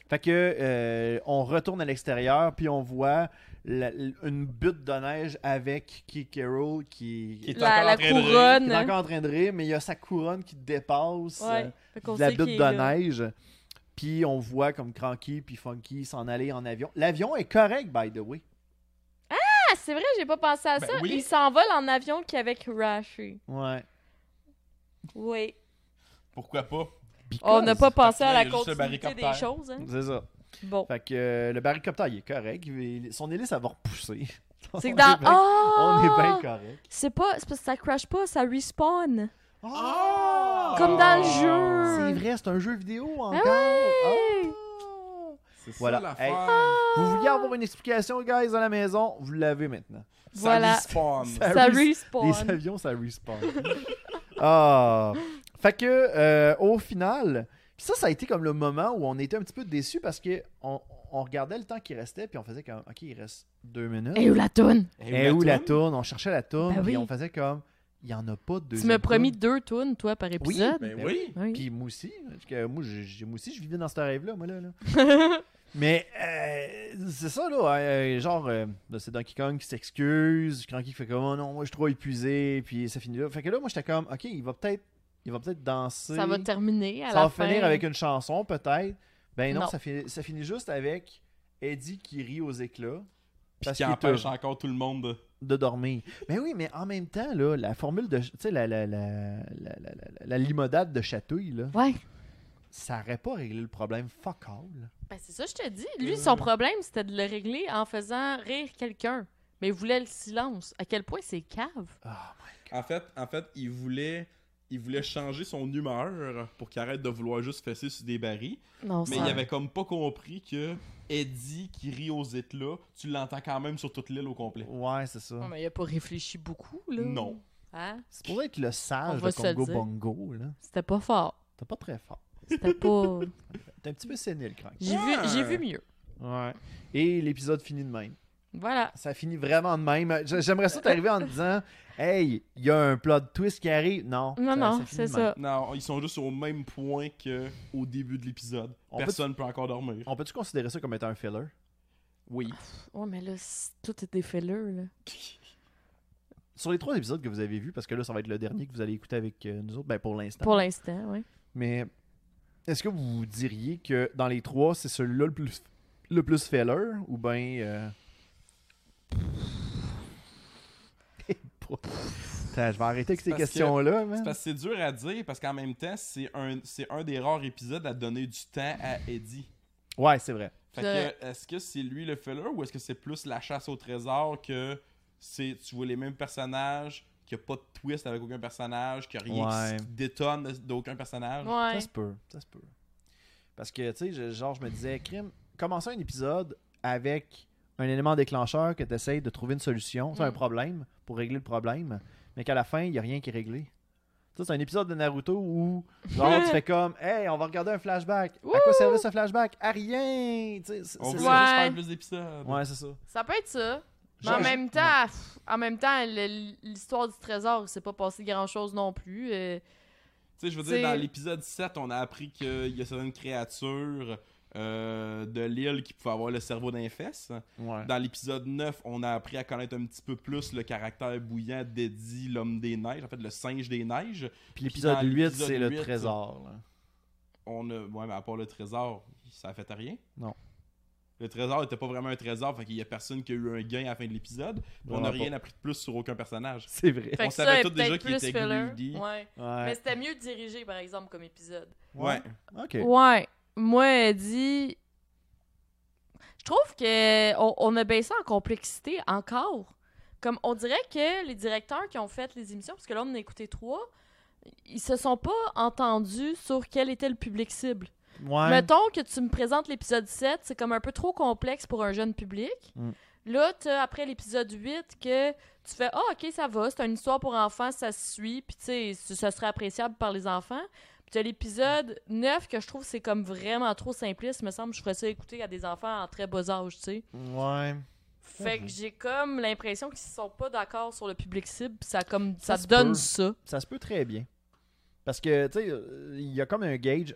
S1: Fait que euh, on retourne à l'extérieur puis on voit la- l- une butte de neige avec Key Carol qui,
S3: Qui est
S2: La,
S3: encore
S2: la
S3: en train de rire.
S1: qui
S2: couronne.
S1: est encore en train de rire, mais il y a sa couronne qui dépasse euh,
S2: Ouais. Fait qu'on
S1: de la
S2: sait
S1: butte
S2: qu'il
S1: de
S2: est là.
S1: neige. Puis on voit comme Cranky puis Funky s'en aller en avion. L'avion est correct, by the way.
S2: Ah, c'est vrai, j'ai pas pensé à
S3: Ben
S2: ça.
S3: oui.
S2: Il s'envole en avion qu'avec Rashi.
S1: Ouais.
S2: Oui.
S3: Pourquoi pas?
S2: Oh, On n'a pas pensé à
S3: Parce
S2: la
S3: qu'il y a juste le
S2: continuité
S3: barricoptère.
S2: des
S1: [laughs]
S2: choses. Hein.
S1: C'est ça.
S2: Bon.
S1: Fait que euh, le barricoptère, il est correct. Il- Son hélice, elle va repousser.
S2: C'est
S1: On
S2: que dans.
S1: est bien-
S2: Ah!
S1: [laughs] On est bien correct.
S2: C'est pas. C'est parce que ça crash pas, ça respawn.
S1: Ah!
S2: Comme dans le
S1: C'est
S2: jeu.
S1: vrai, c'est un jeu vidéo encore.
S2: ouais!
S1: Ah!
S3: C'est ça
S1: Voilà.
S3: l'affaire.
S1: Hey. Ah! Vous vouliez avoir une explication, guys, à la maison, vous l'avez maintenant.
S3: Ça
S2: Voilà.
S3: respawn.
S1: Ah,
S2: Ça
S1: res- Les
S2: respawn.
S1: avions, ça respawn. [laughs] ah. Fait que, euh, au final, pis ça, ça a été comme le moment où on était un petit peu déçus parce que on, on regardait le temps qui restait, puis on faisait comme, OK, il reste deux minutes.
S2: Et où la toune?
S1: Et où la tourne? On cherchait la tourne,
S2: Eh Ben
S1: puis
S2: oui.
S1: on faisait comme, il n'y en a pas de
S2: Tu
S1: deuxième
S2: m'as promis
S1: tourne.
S2: deux tunes, toi, par épisode.
S3: Ben
S1: Ben
S3: oui.
S2: Oui.
S1: Puis moi aussi, parce que moi, j'ai- j'ai- moi aussi, je vivais dans ce rêve-là, moi, là.
S2: [laughs]
S1: là. Mais euh, c'est ça, là. euh, genre, euh, là, c'est Donkey Kong qui s'excuse, Cranky qui fait comme, oh non, moi, je suis trop épuisé, puis ça finit là. Fait que là, moi, j'étais comme, ok, il va peut-être il va peut-être danser.
S2: Ça va terminer à
S1: Ça
S2: la
S1: va
S2: fin.
S1: finir avec une chanson, peut-être. Ben non,
S2: Non.
S1: Ça, finit, ça finit juste avec Eddie qui rit aux éclats
S3: Puis
S1: Parce
S3: qui
S1: qu'il est
S3: empêche
S1: heureux.
S3: encore tout le monde de...
S1: de dormir. Mais oui, mais en même temps, là, la formule de. Tu sais, la, la, la, la, la, la- la limonade de chatouille, là,
S2: Ouais.
S1: ça aurait pas réglé le problème fuck all.
S2: Ben, c'est ça, je te dis. Lui,
S3: Mm.
S2: son problème, c'était de le régler en faisant rire quelqu'un. Mais il voulait le silence. À quel point c'est cave.
S1: Ah,
S3: En fait, en fait, il voulait, il voulait changer son humeur pour qu'il arrête de vouloir juste fesser sur des barils.
S2: Non,
S3: Mais
S2: ça-
S3: il avait comme pas compris que Eddie qui rit aux éclats, tu l'entends quand même sur toute l'île au complet.
S1: Ouais, c'est ça.
S2: Non, mais il a pas réfléchi beaucoup, là.
S3: Non.
S2: Hein?
S1: C'est pour être le
S2: On
S1: sage
S2: va
S1: de
S2: se le
S1: Congo
S2: dire.
S1: Bongo, là.
S2: C'était pas fort.
S1: T'es pas très fort.
S2: C'était pas.
S3: [laughs]
S1: T'es un petit peu sénile, crank.
S2: J'ai vu, j'ai vu mieux.
S1: Ouais. Et l'épisode finit de même.
S2: Voilà.
S1: Ça finit vraiment de même. J- J'aimerais ça t'arriver en disant Hey, il y a un plot twist qui arrive. Non.
S2: Non, non,
S1: finit
S2: c'est
S1: de même.
S2: ça.
S3: Non, ils sont juste au même point que au début de l'épisode.
S1: On peut-
S3: Personne peut encore dormir. Ah,
S1: On peut-tu considérer ça comme étant un filler
S3: Oui.
S2: Ouais, mais là, c'est- tout est des fêleurs, là.
S1: Sur les trois épisodes que vous avez vus, parce que là, ça va être le dernier que vous allez écouter avec euh, nous autres, ben pour l'instant.
S2: Pour l'instant, oui.
S1: Mais est-ce que vous diriez que dans les trois, c'est celui-là le plus, le plus failer ou ben. euh, Eh, boy. Attends, je vais arrêter avec ces
S3: parce que-
S1: questions-là, man.
S3: C'est parce que c'est dur à dire parce qu'en même temps, c'est un, c'est un des rares épisodes à donner du temps à Eddie.
S1: Ouais, c'est vrai.
S3: Fait
S2: C'est-
S3: que, est-ce que c'est lui le filler ou est-ce que c'est plus la chasse au trésor que c'est tu vois les mêmes personnages, qu'il n'y a pas de twist avec aucun personnage, qu'il n'y a rien
S1: Ouais.
S3: qui, se- qui détonne de- d'aucun personnage?
S2: Ouais.
S1: Ça se peut, ça se peut. Parce que, tu sais, je- genre, je me disais, crime, commencer un épisode avec un élément déclencheur que tu essayes de trouver une solution, c'est un
S2: Mm.
S1: problème, pour régler le problème, mais qu'à la fin, il n'y a rien qui est réglé. Ça, c'est un épisode de Naruto où, genre, tu
S2: [laughs]
S1: fais comme, hey, on va regarder un flashback. À quoi servait ce flashback À rien Tu sais, c'est-
S3: On
S1: c'est
S3: veut
S1: ça.
S3: juste
S2: Ouais.
S3: faire plus d'épisodes.
S1: Ouais, c'est ça.
S2: Ça peut être ça. Mais
S1: Genre, je-
S2: en même temps, pff, en même temps, le- l'histoire du trésor, il s'est pas passé grand-chose non plus. euh,
S3: Tu sais, je veux
S2: C'est-
S3: dire, dans l'épisode 7, on a appris qu'il y a certaines créatures euh, de l'île qui pouvait avoir le cerveau d'un fesse.
S1: Ouais.
S3: Dans l'épisode 9, on a appris à connaître un petit peu plus le caractère bouillant d'Eddie, l'homme des neiges, en fait le singe des neiges.
S1: Puis l'épisode
S3: dans
S1: 8,
S3: l'épisode
S1: c'est le
S3: 8,
S1: trésor. là.
S3: On a, ouais, mais à part le trésor, ça a fait à rien.
S1: Non.
S3: Le trésor était pas vraiment un trésor, fait qu'il y a personne qui a eu un gain à la fin de l'épisode. On n'a
S1: Vraiment
S3: rien
S1: pas.
S3: appris de plus sur aucun personnage.
S1: C'est vrai.
S2: Fait
S3: On
S2: que ça
S3: savait tous
S2: est
S3: déjà
S2: peut-être
S3: qu'il
S2: plus
S3: était
S2: filler.
S3: greedy.
S2: Ouais. Mais
S1: Ouais.
S2: c'était mieux dirigé, par exemple, comme épisode.
S3: Ouais.
S1: Ok.
S2: Ouais. Moi, elle dit. Je trouve que on, on a baissé en complexité encore. Comme on dirait que les directeurs qui ont fait les émissions, parce que là on en a écouté trois, ils se sont pas entendus sur quel était le public cible.
S1: Ouais.
S2: Mettons que tu me présentes l'épisode 7, c'est comme un peu trop complexe pour un jeune public.
S1: Mm.
S2: Là, t'as après l'épisode 8 que tu fais Ah, ok, ça va, c'est une histoire pour enfants, ça se suit, puis tu sais, c- ça serait appréciable par les enfants. Puis t'as l'épisode 9 que je trouve c'est comme vraiment trop simpliste, me semble. Je ferais ça écouter à des enfants en très bas âge, tu sais.
S1: Ouais.
S2: Fait
S1: Mm-hmm.
S2: que j'ai comme l'impression qu'ils sont pas d'accord sur le public cible, puis ça comme
S1: Ça
S2: ça,
S1: se
S2: donne
S1: peut.
S2: ça.
S1: Ça se peut très bien. Parce que, tu sais, euh, il y a comme un gauge.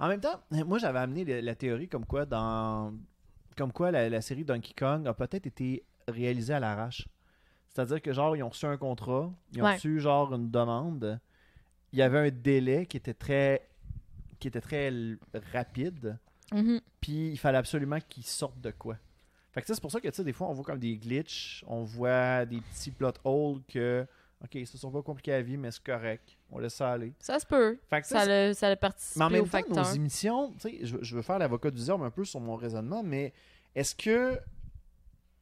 S1: En même temps, moi, j'avais amené le- la théorie comme quoi dans comme quoi la, la série Donkey Kong a peut-être été réalisée à l'arrache. C'est-à-dire que, genre, ils ont reçu un contrat, ils ont
S2: Ouais.
S1: reçu, genre, une demande. Il y avait un délai qui était très qui était très l- rapide.
S2: Mhm.
S1: puis il fallait absolument qu'ils sortent de quoi. Fait que tu sais, c'est pour ça que tu sais, des fois, on voit comme des glitches, on voit des petits plot holes que, ok, ils se sont pas compliqués à vie, mais c'est correct, on laisse ça aller.
S2: Ça se peut.
S1: Fait que tu sais,
S2: Ça le, ça le participe
S1: mais en
S2: au
S1: même temps,
S2: facteur.
S1: nos émissions, tu sais, je, je veux faire l'avocat du diable un peu sur mon raisonnement, mais est-ce que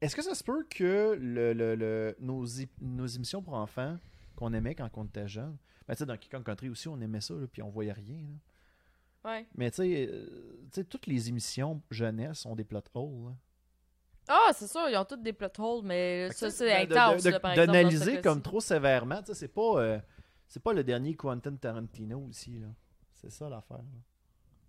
S1: est-ce que ça se peut que le, le- le- nos, é- nos émissions pour enfants qu'on aimait quand on était jeune, ben, tu sais, dans Kikon Country aussi, on aimait ça, là, puis on voyait rien. là.
S2: Ouais.
S1: Mais tu sais, euh, tu sais, toutes les émissions jeunesse ont des plot holes. là.
S2: Ah, c'est sûr, ils ont tous des plot holes, mais
S1: Fait que
S2: ça,
S1: tu
S2: c'est
S1: sais, ben, de-
S2: intense,
S1: de-
S2: là, par
S1: de-
S2: exemple. dans
S1: D'analyser
S2: ce
S1: comme
S2: cas-ci.
S1: trop sévèrement, tu sais, c'est pas, euh, c'est pas le dernier Quentin Tarantino aussi, là. C'est ça l'affaire. là.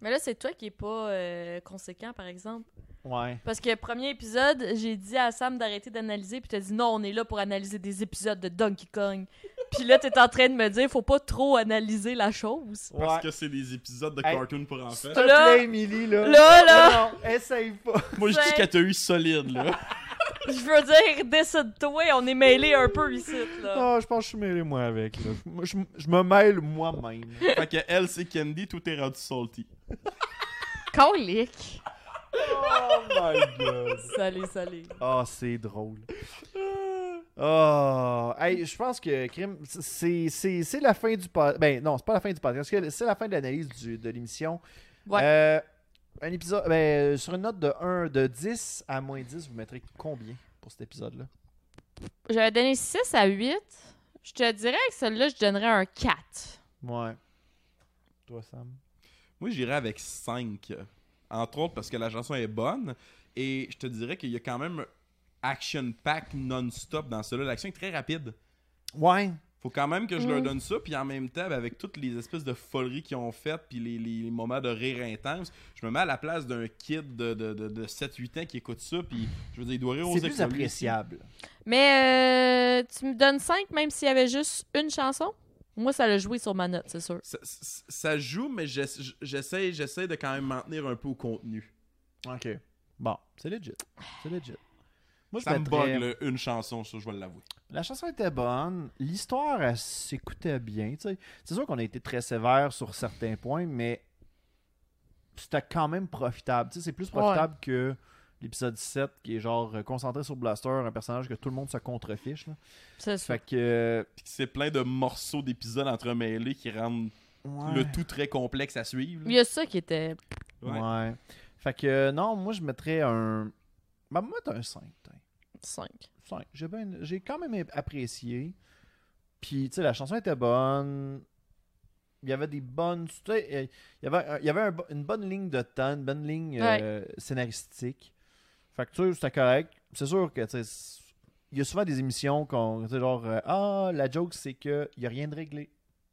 S2: Mais là, c'est toi qui est pas euh, conséquent, par exemple.
S1: Ouais.
S2: Parce que premier épisode, j'ai dit à Sam d'arrêter d'analyser, puis t'as dit non, on est là pour analyser des épisodes de Donkey [laughs] Kong. puis là, t'es en train de me dire, faut pas trop analyser la chose.
S3: Parce
S1: Ouais.
S3: que c'est des épisodes de
S1: Hey.
S3: cartoon pour
S1: [laughs]
S3: enfants.
S1: S'il
S2: Stop.
S1: te
S2: Là-
S1: plaît, Émilie, là.
S2: Là, là,
S1: Non, essaye
S2: [laughs]
S1: pas.
S3: Moi, je dis
S2: Ouais.
S3: qu'elle t'a eu solide, là.
S2: je veux dire, décide-toi, on est mêlés un peu ici, là.
S1: Ah, je pense que je suis mêlé, moi, avec. là. Moi, Je, je me mêle moi-même.
S3: fait que elle, c'est Candy, tout est rendu salty.
S2: Colique.
S1: Oh my god.
S2: Salé, salé.
S1: Ah, c'est drôle. Ah, hey, je pense que Crime, c'est c'est- c'est la fin du podcast. Ben non, c'est pas la fin du podcast. parce que C'est la fin de l'analyse du- de l'émission.
S2: Ouais.
S1: Euh, un épisode ben, sur une note de 1 de 10 à moins 10, vous mettrez combien pour cet épisode là
S2: J'avais donné 6 à 8. Je te dirais que celui-là, je donnerais un 4.
S1: Ouais. Toi Sam.
S3: Moi, j'irais avec 5. Entre autres, parce que la chanson est bonne. Et je te dirais qu'il y a quand même action pack non-stop dans cela. L'action est très rapide.
S1: Ouais.
S3: Faut quand même que je leur
S2: Mm.
S3: donne ça. Puis en même temps, ben, avec toutes les espèces de foleries qu'ils ont faites, puis les, les- les moments de rire intense, je me mets à la place d'un kid de, de, de, 7-8 ans qui écoute ça. Puis je veux dire, il doit rire aux
S1: C'est plus
S3: éclats, lui.
S1: appréciable.
S2: Mais euh, tu me donnes 5 même s'il y avait juste une chanson? Moi, ça l'a joué sur ma note, c'est sûr.
S3: Ça, ça- ça joue, mais j'ess- j'essaie j'essaie de quand même m'en tenir un peu au contenu.
S1: OK. Bon, c'est legit. C'est legit. Moi
S3: ça me bug,
S1: mettrais-
S3: là, une chanson, ça, je vais l'avouer.
S1: La chanson était bonne, l'histoire elle s'écoutait bien. tu sais. C'est sûr qu'on a été très sévère sur certains points, mais c'était quand même profitable. Tu sais, C'est plus profitable que l'épisode 7 qui est genre euh, concentré sur Blaster, un personnage que tout le monde se contrefiche. là.
S2: C'est sûr.
S1: Fait que. euh,
S3: Puis c'est plein de morceaux d'épisodes entremêlés qui rendent
S1: ouais.
S3: le tout très complexe à suivre.
S2: Il
S3: là.
S2: y a ça qui était.
S3: Ouais.
S1: Ouais. Fait que euh, non, moi je mettrais un. Bah, moi, un 5.
S2: 5.
S1: 5. J'ai bien- j'ai quand même apprécié. Puis, tu sais, la chanson était bonne. Il y avait des bonnes. Tu sais, euh, il y avait, un- il y avait un bo- une bonne ligne de temps, une bonne ligne euh, scénaristique. Fait que, tu sais, c'était correct. C'est sûr que, tu sais, c'est- il y a souvent des émissions qu'on. Tu sais, genre, euh, ah, la joke, c'est que il n'y a rien de réglé. Tu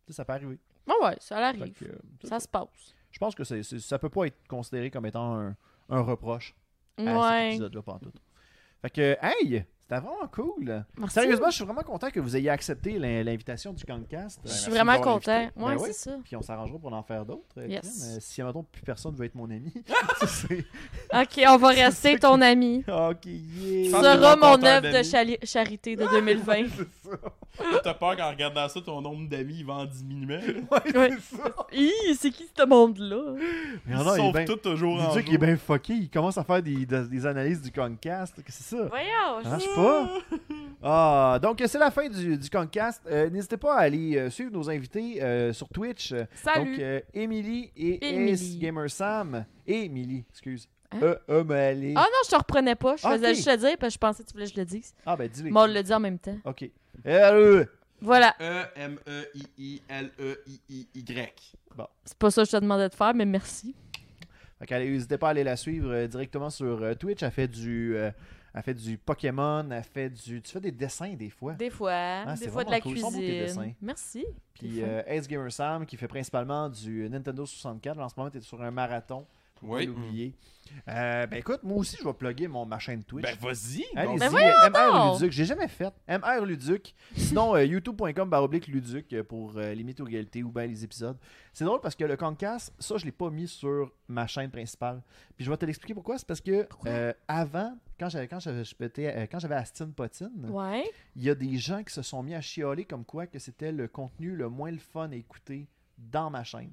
S1: sais, ça peut arriver.
S2: Bon, ouais, ça
S1: Fait
S2: l'arrive.
S1: que, euh, c'est
S2: Ça se passe.
S1: Je pense que c'est- c'est- ça peut pas être
S3: Ah,
S1: considéré comme étant un, un reproche à cet
S2: Ouais.
S1: épisode-là, pas en tout. Fait que, hey, C'était vraiment cool.
S2: Merci.
S1: Sérieusement, je suis vraiment content que vous ayez accepté l'in- l'invitation du Concast.
S2: Je suis
S3: merci
S2: vraiment
S3: d'avoir invité.
S2: content. Moi,
S1: Ben oui.
S2: c'est ça.
S1: Puis on s'arrangera pour en faire d'autres. euh,
S2: Yes.
S1: Kim. Euh, si, mettons, plus personne veut être mon
S2: [laughs]
S1: ami. Ça, c'est-
S2: Ok, on va
S1: [laughs]
S2: rester ton ami.
S1: ok, yeah.
S2: Tu
S3: Parle de
S2: seras
S3: rencontre
S2: mon
S3: en
S2: œuvre de
S3: amis.
S2: chali-
S1: [laughs]
S2: charité de 2020.
S1: C'est ben ça.
S3: T'as peur qu'en regardant ça, ton nombre d'amis il va en diminuer.
S2: Ouais.
S1: C'est ça.
S2: Hi, c'est qui ce monde-là?
S1: Mais
S3: Ils
S1: non, il est
S3: sauvent
S1: bien-
S3: tout toujours en
S1: Dieu
S3: jour.
S1: qui est bien fucké, il commence à faire des, des- des analyses du Concast. Qu'est-ce que C'est ça.
S2: Voyons,
S1: Ça marche pas. Ah, donc c'est la fin du, du Concast. Euh, N'hésitez pas à aller euh, suivre nos invités euh, sur Twitch. Euh,
S2: Salut.
S1: Donc, euh, Émilie et
S2: Émilie.
S1: Ace Gamer Sam. Émilie, excuse.
S2: Hein?
S1: Euh, euh, mais elle est-
S2: Ah non, je te reprenais pas. Je
S1: Ah,
S2: faisais
S1: ok.
S2: juste le dire parce que je pensais que tu voulais que je le dise.
S1: Ah, ben dis-le.
S2: Mais on le dit en même temps.
S1: Ok. Euh, euh,
S2: Voilà.
S3: E-M-E-I-I-L-E-I-I-Y.
S2: C'est pas ça que je te demandais de faire, mais merci.
S1: Fait qu'allez, n'hésitez pas à aller la suivre euh, directement sur euh, Twitch. Elle fait du, euh, elle fait du Pokémon, elle fait du, tu fais des dessins des fois.
S2: Des fois.
S1: Ah, c'est
S2: des fois de la
S1: vraiment cool. Ils sont beaux, tes dessins.
S2: cuisine. Merci.
S1: Puis euh, Ace Gamer Sam qui fait principalement du euh, Nintendo 64. En ce moment, t'es sur un marathon. Faut pas
S3: Oui.
S1: l'oublier. Euh, ben écoute, moi aussi, je vais plugger mon ma chaîne Twitch.
S3: Ben vas-y.
S1: Allez-y,
S3: donc.
S2: Ben voyons
S1: MR
S2: donc!
S1: Luduc, j'ai jamais fait. MR Luduc. Sinon, euh, youtube.com baroblique Luduc euh, pour euh, les mythes ou réalités ou bien les épisodes. C'est drôle parce que le Concast, ça, je l'ai pas mis sur ma chaîne principale. Puis je vais te l'expliquer pourquoi. C'est parce que euh, avant, quand j'avais quand j'avais je pétais, euh, quand j'avais Astine Potine,
S2: Ouais.
S1: il y a des gens qui se sont mis à chialer comme quoi que c'était le contenu le moins le fun à écouter dans ma chaîne.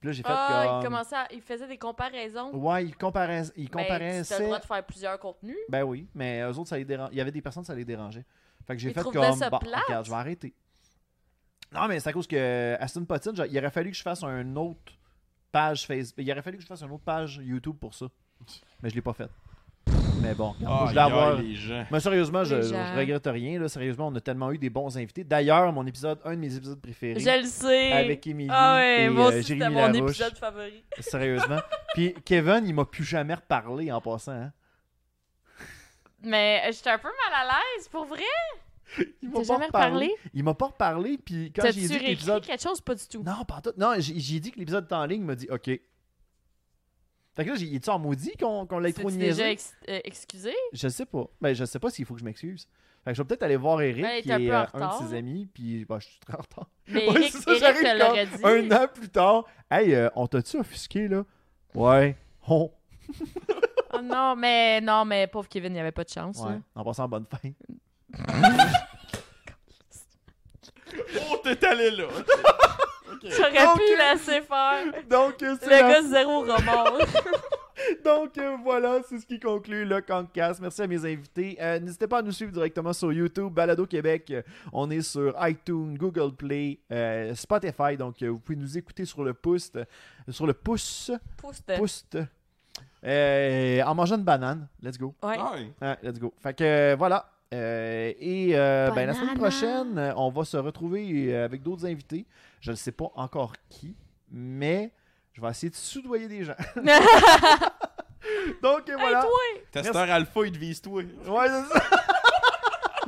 S1: Puis là, j'ai fait
S2: Ah,
S1: comme...
S2: il commençait à- il faisait des comparaisons.
S1: Ouais, ils comparaissent. Ils
S2: Ben, tu as le
S1: comparaissaient-
S2: droit de faire plusieurs contenus.
S1: Ben oui, mais eux autres, ça les dérange. Il y avait des personnes, ça les dérangeait. Fait que j'ai
S2: Ils
S1: fait comme.
S2: trouvaient ça
S1: Bon,
S2: plate.
S1: regarde, je vais arrêter. Non, mais c'est à cause que Aston Potine, genre, il aurait fallu que je fasse un autre page Facebook. Il aurait fallu que je fasse une autre page YouTube pour ça. Mais je l'ai pas faite. Mais bon, regarde, moi, je vais
S3: Aïe,
S1: avoir.
S3: aïe, les gens.
S1: Mais sérieusement, je,
S2: Les
S1: je
S2: gens.
S1: regrette rien. Là. Sérieusement, on a tellement eu des bons invités. D'ailleurs, mon épisode, un de mes épisodes préférés.
S2: Je le sais.
S1: Avec Émilie
S2: Ah ouais,
S1: et
S2: moi
S1: euh,
S2: aussi, c'était
S1: Jérémy
S2: mon
S1: Larouche.
S2: épisode favori.
S1: Sérieusement. Puis Kevin, il m'a plus jamais reparlé en passant. hein.
S2: Mais euh, j'étais un peu mal à l'aise, pour vrai.
S1: Il
S2: T'as jamais reparlé?
S1: Il m'a pas reparlé, puis quand
S2: T'as-tu
S1: j'ai dit que
S2: réécrit
S1: l'épisode.
S2: quelque chose? Pas du tout.
S1: Non, pas en tout. Non, j'ai j'ai dit que l'épisode est en ligne, il m'a dit OK. Fait que là, j'ai- il est-tu en maudit qu'on qu'on l'ait
S2: T'es-tu
S1: trop
S2: déjà
S1: niaisé?
S2: ex- euh,
S1: [laughs]
S2: excusé?
S1: Je sais pas. Ben, je sais pas s'il faut que je m'excuse. Fait que je vais peut-être aller voir Eric,
S2: Ben, il
S1: qui
S2: était un
S1: est
S2: peu en
S1: euh, un de ses
S2: retard.
S1: amis, puis ben, je suis très en retard.
S2: Mais
S1: Ouais,
S2: Eric,
S1: c'est ça,
S2: Eric
S1: j'arrive
S2: te l'aurait dit.
S1: comme Un an plus tard, hey, euh, on t'a-tu offusqué, là?
S2: [laughs]
S1: Ouais. On.
S2: Oh non, mais non, mais pauvre Kevin, il n'y avait pas de chance.
S1: Ouais.
S2: là.
S1: En passant, bonne fin.
S3: Oh, t'es allé là.
S2: [laughs] J'aurais
S1: Donc,
S2: pu laisser faire.
S1: [laughs] Donc, euh,
S2: Le
S1: c'est la
S2: gars, zéro remords.
S1: Donc euh, voilà, c'est ce qui conclut le Concast. Merci à mes invités. Euh, N'hésitez pas à nous suivre directement sur YouTube, Balado Québec. Euh, on est sur iTunes, Google Play, euh, Spotify. Donc euh, vous pouvez nous écouter sur le pouce, euh, sur le pouce,
S2: Pouste.
S1: pouce, euh, en mangeant une banane. Let's go.
S2: Ouais.
S3: Ouais.
S1: Ouais, let's go. Fait que euh, voilà. Euh, et euh, ben, la semaine
S2: Banana.
S1: prochaine, euh, on va se retrouver euh, avec d'autres invités. Je ne sais pas encore qui, mais je vais essayer de soudoyer des gens. Donc euh, voilà.
S3: Testeur alpha, il devise toi.
S1: Ouais, c'est ça.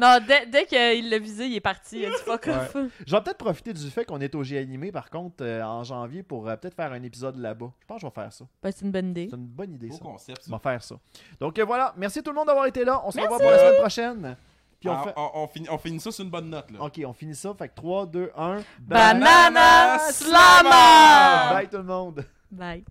S2: Non, dès, dès qu'il l'a visé, il est parti. Il a dit fuck off.
S1: Je vais peut-être profiter du fait qu'on est au G animé par contre euh, en janvier pour euh, peut-être faire un épisode là-bas. Je pense que je vais faire ça.
S2: Ben, c'est une bonne idée.
S1: C'est une bonne idée
S3: Beau
S1: ça.
S3: concept.
S1: Je
S3: ça.
S1: vais faire ça. Donc euh, voilà, merci tout le monde d'avoir été là. On se revoit pour la semaine prochaine. Puis on
S3: Ah,
S1: fait-
S3: on- on finit- on finit ça sur une bonne note là.
S1: OK, on finit ça. Fait que 3 2 1
S2: Banana Slammer!
S1: Bye tout le monde.
S2: Bye.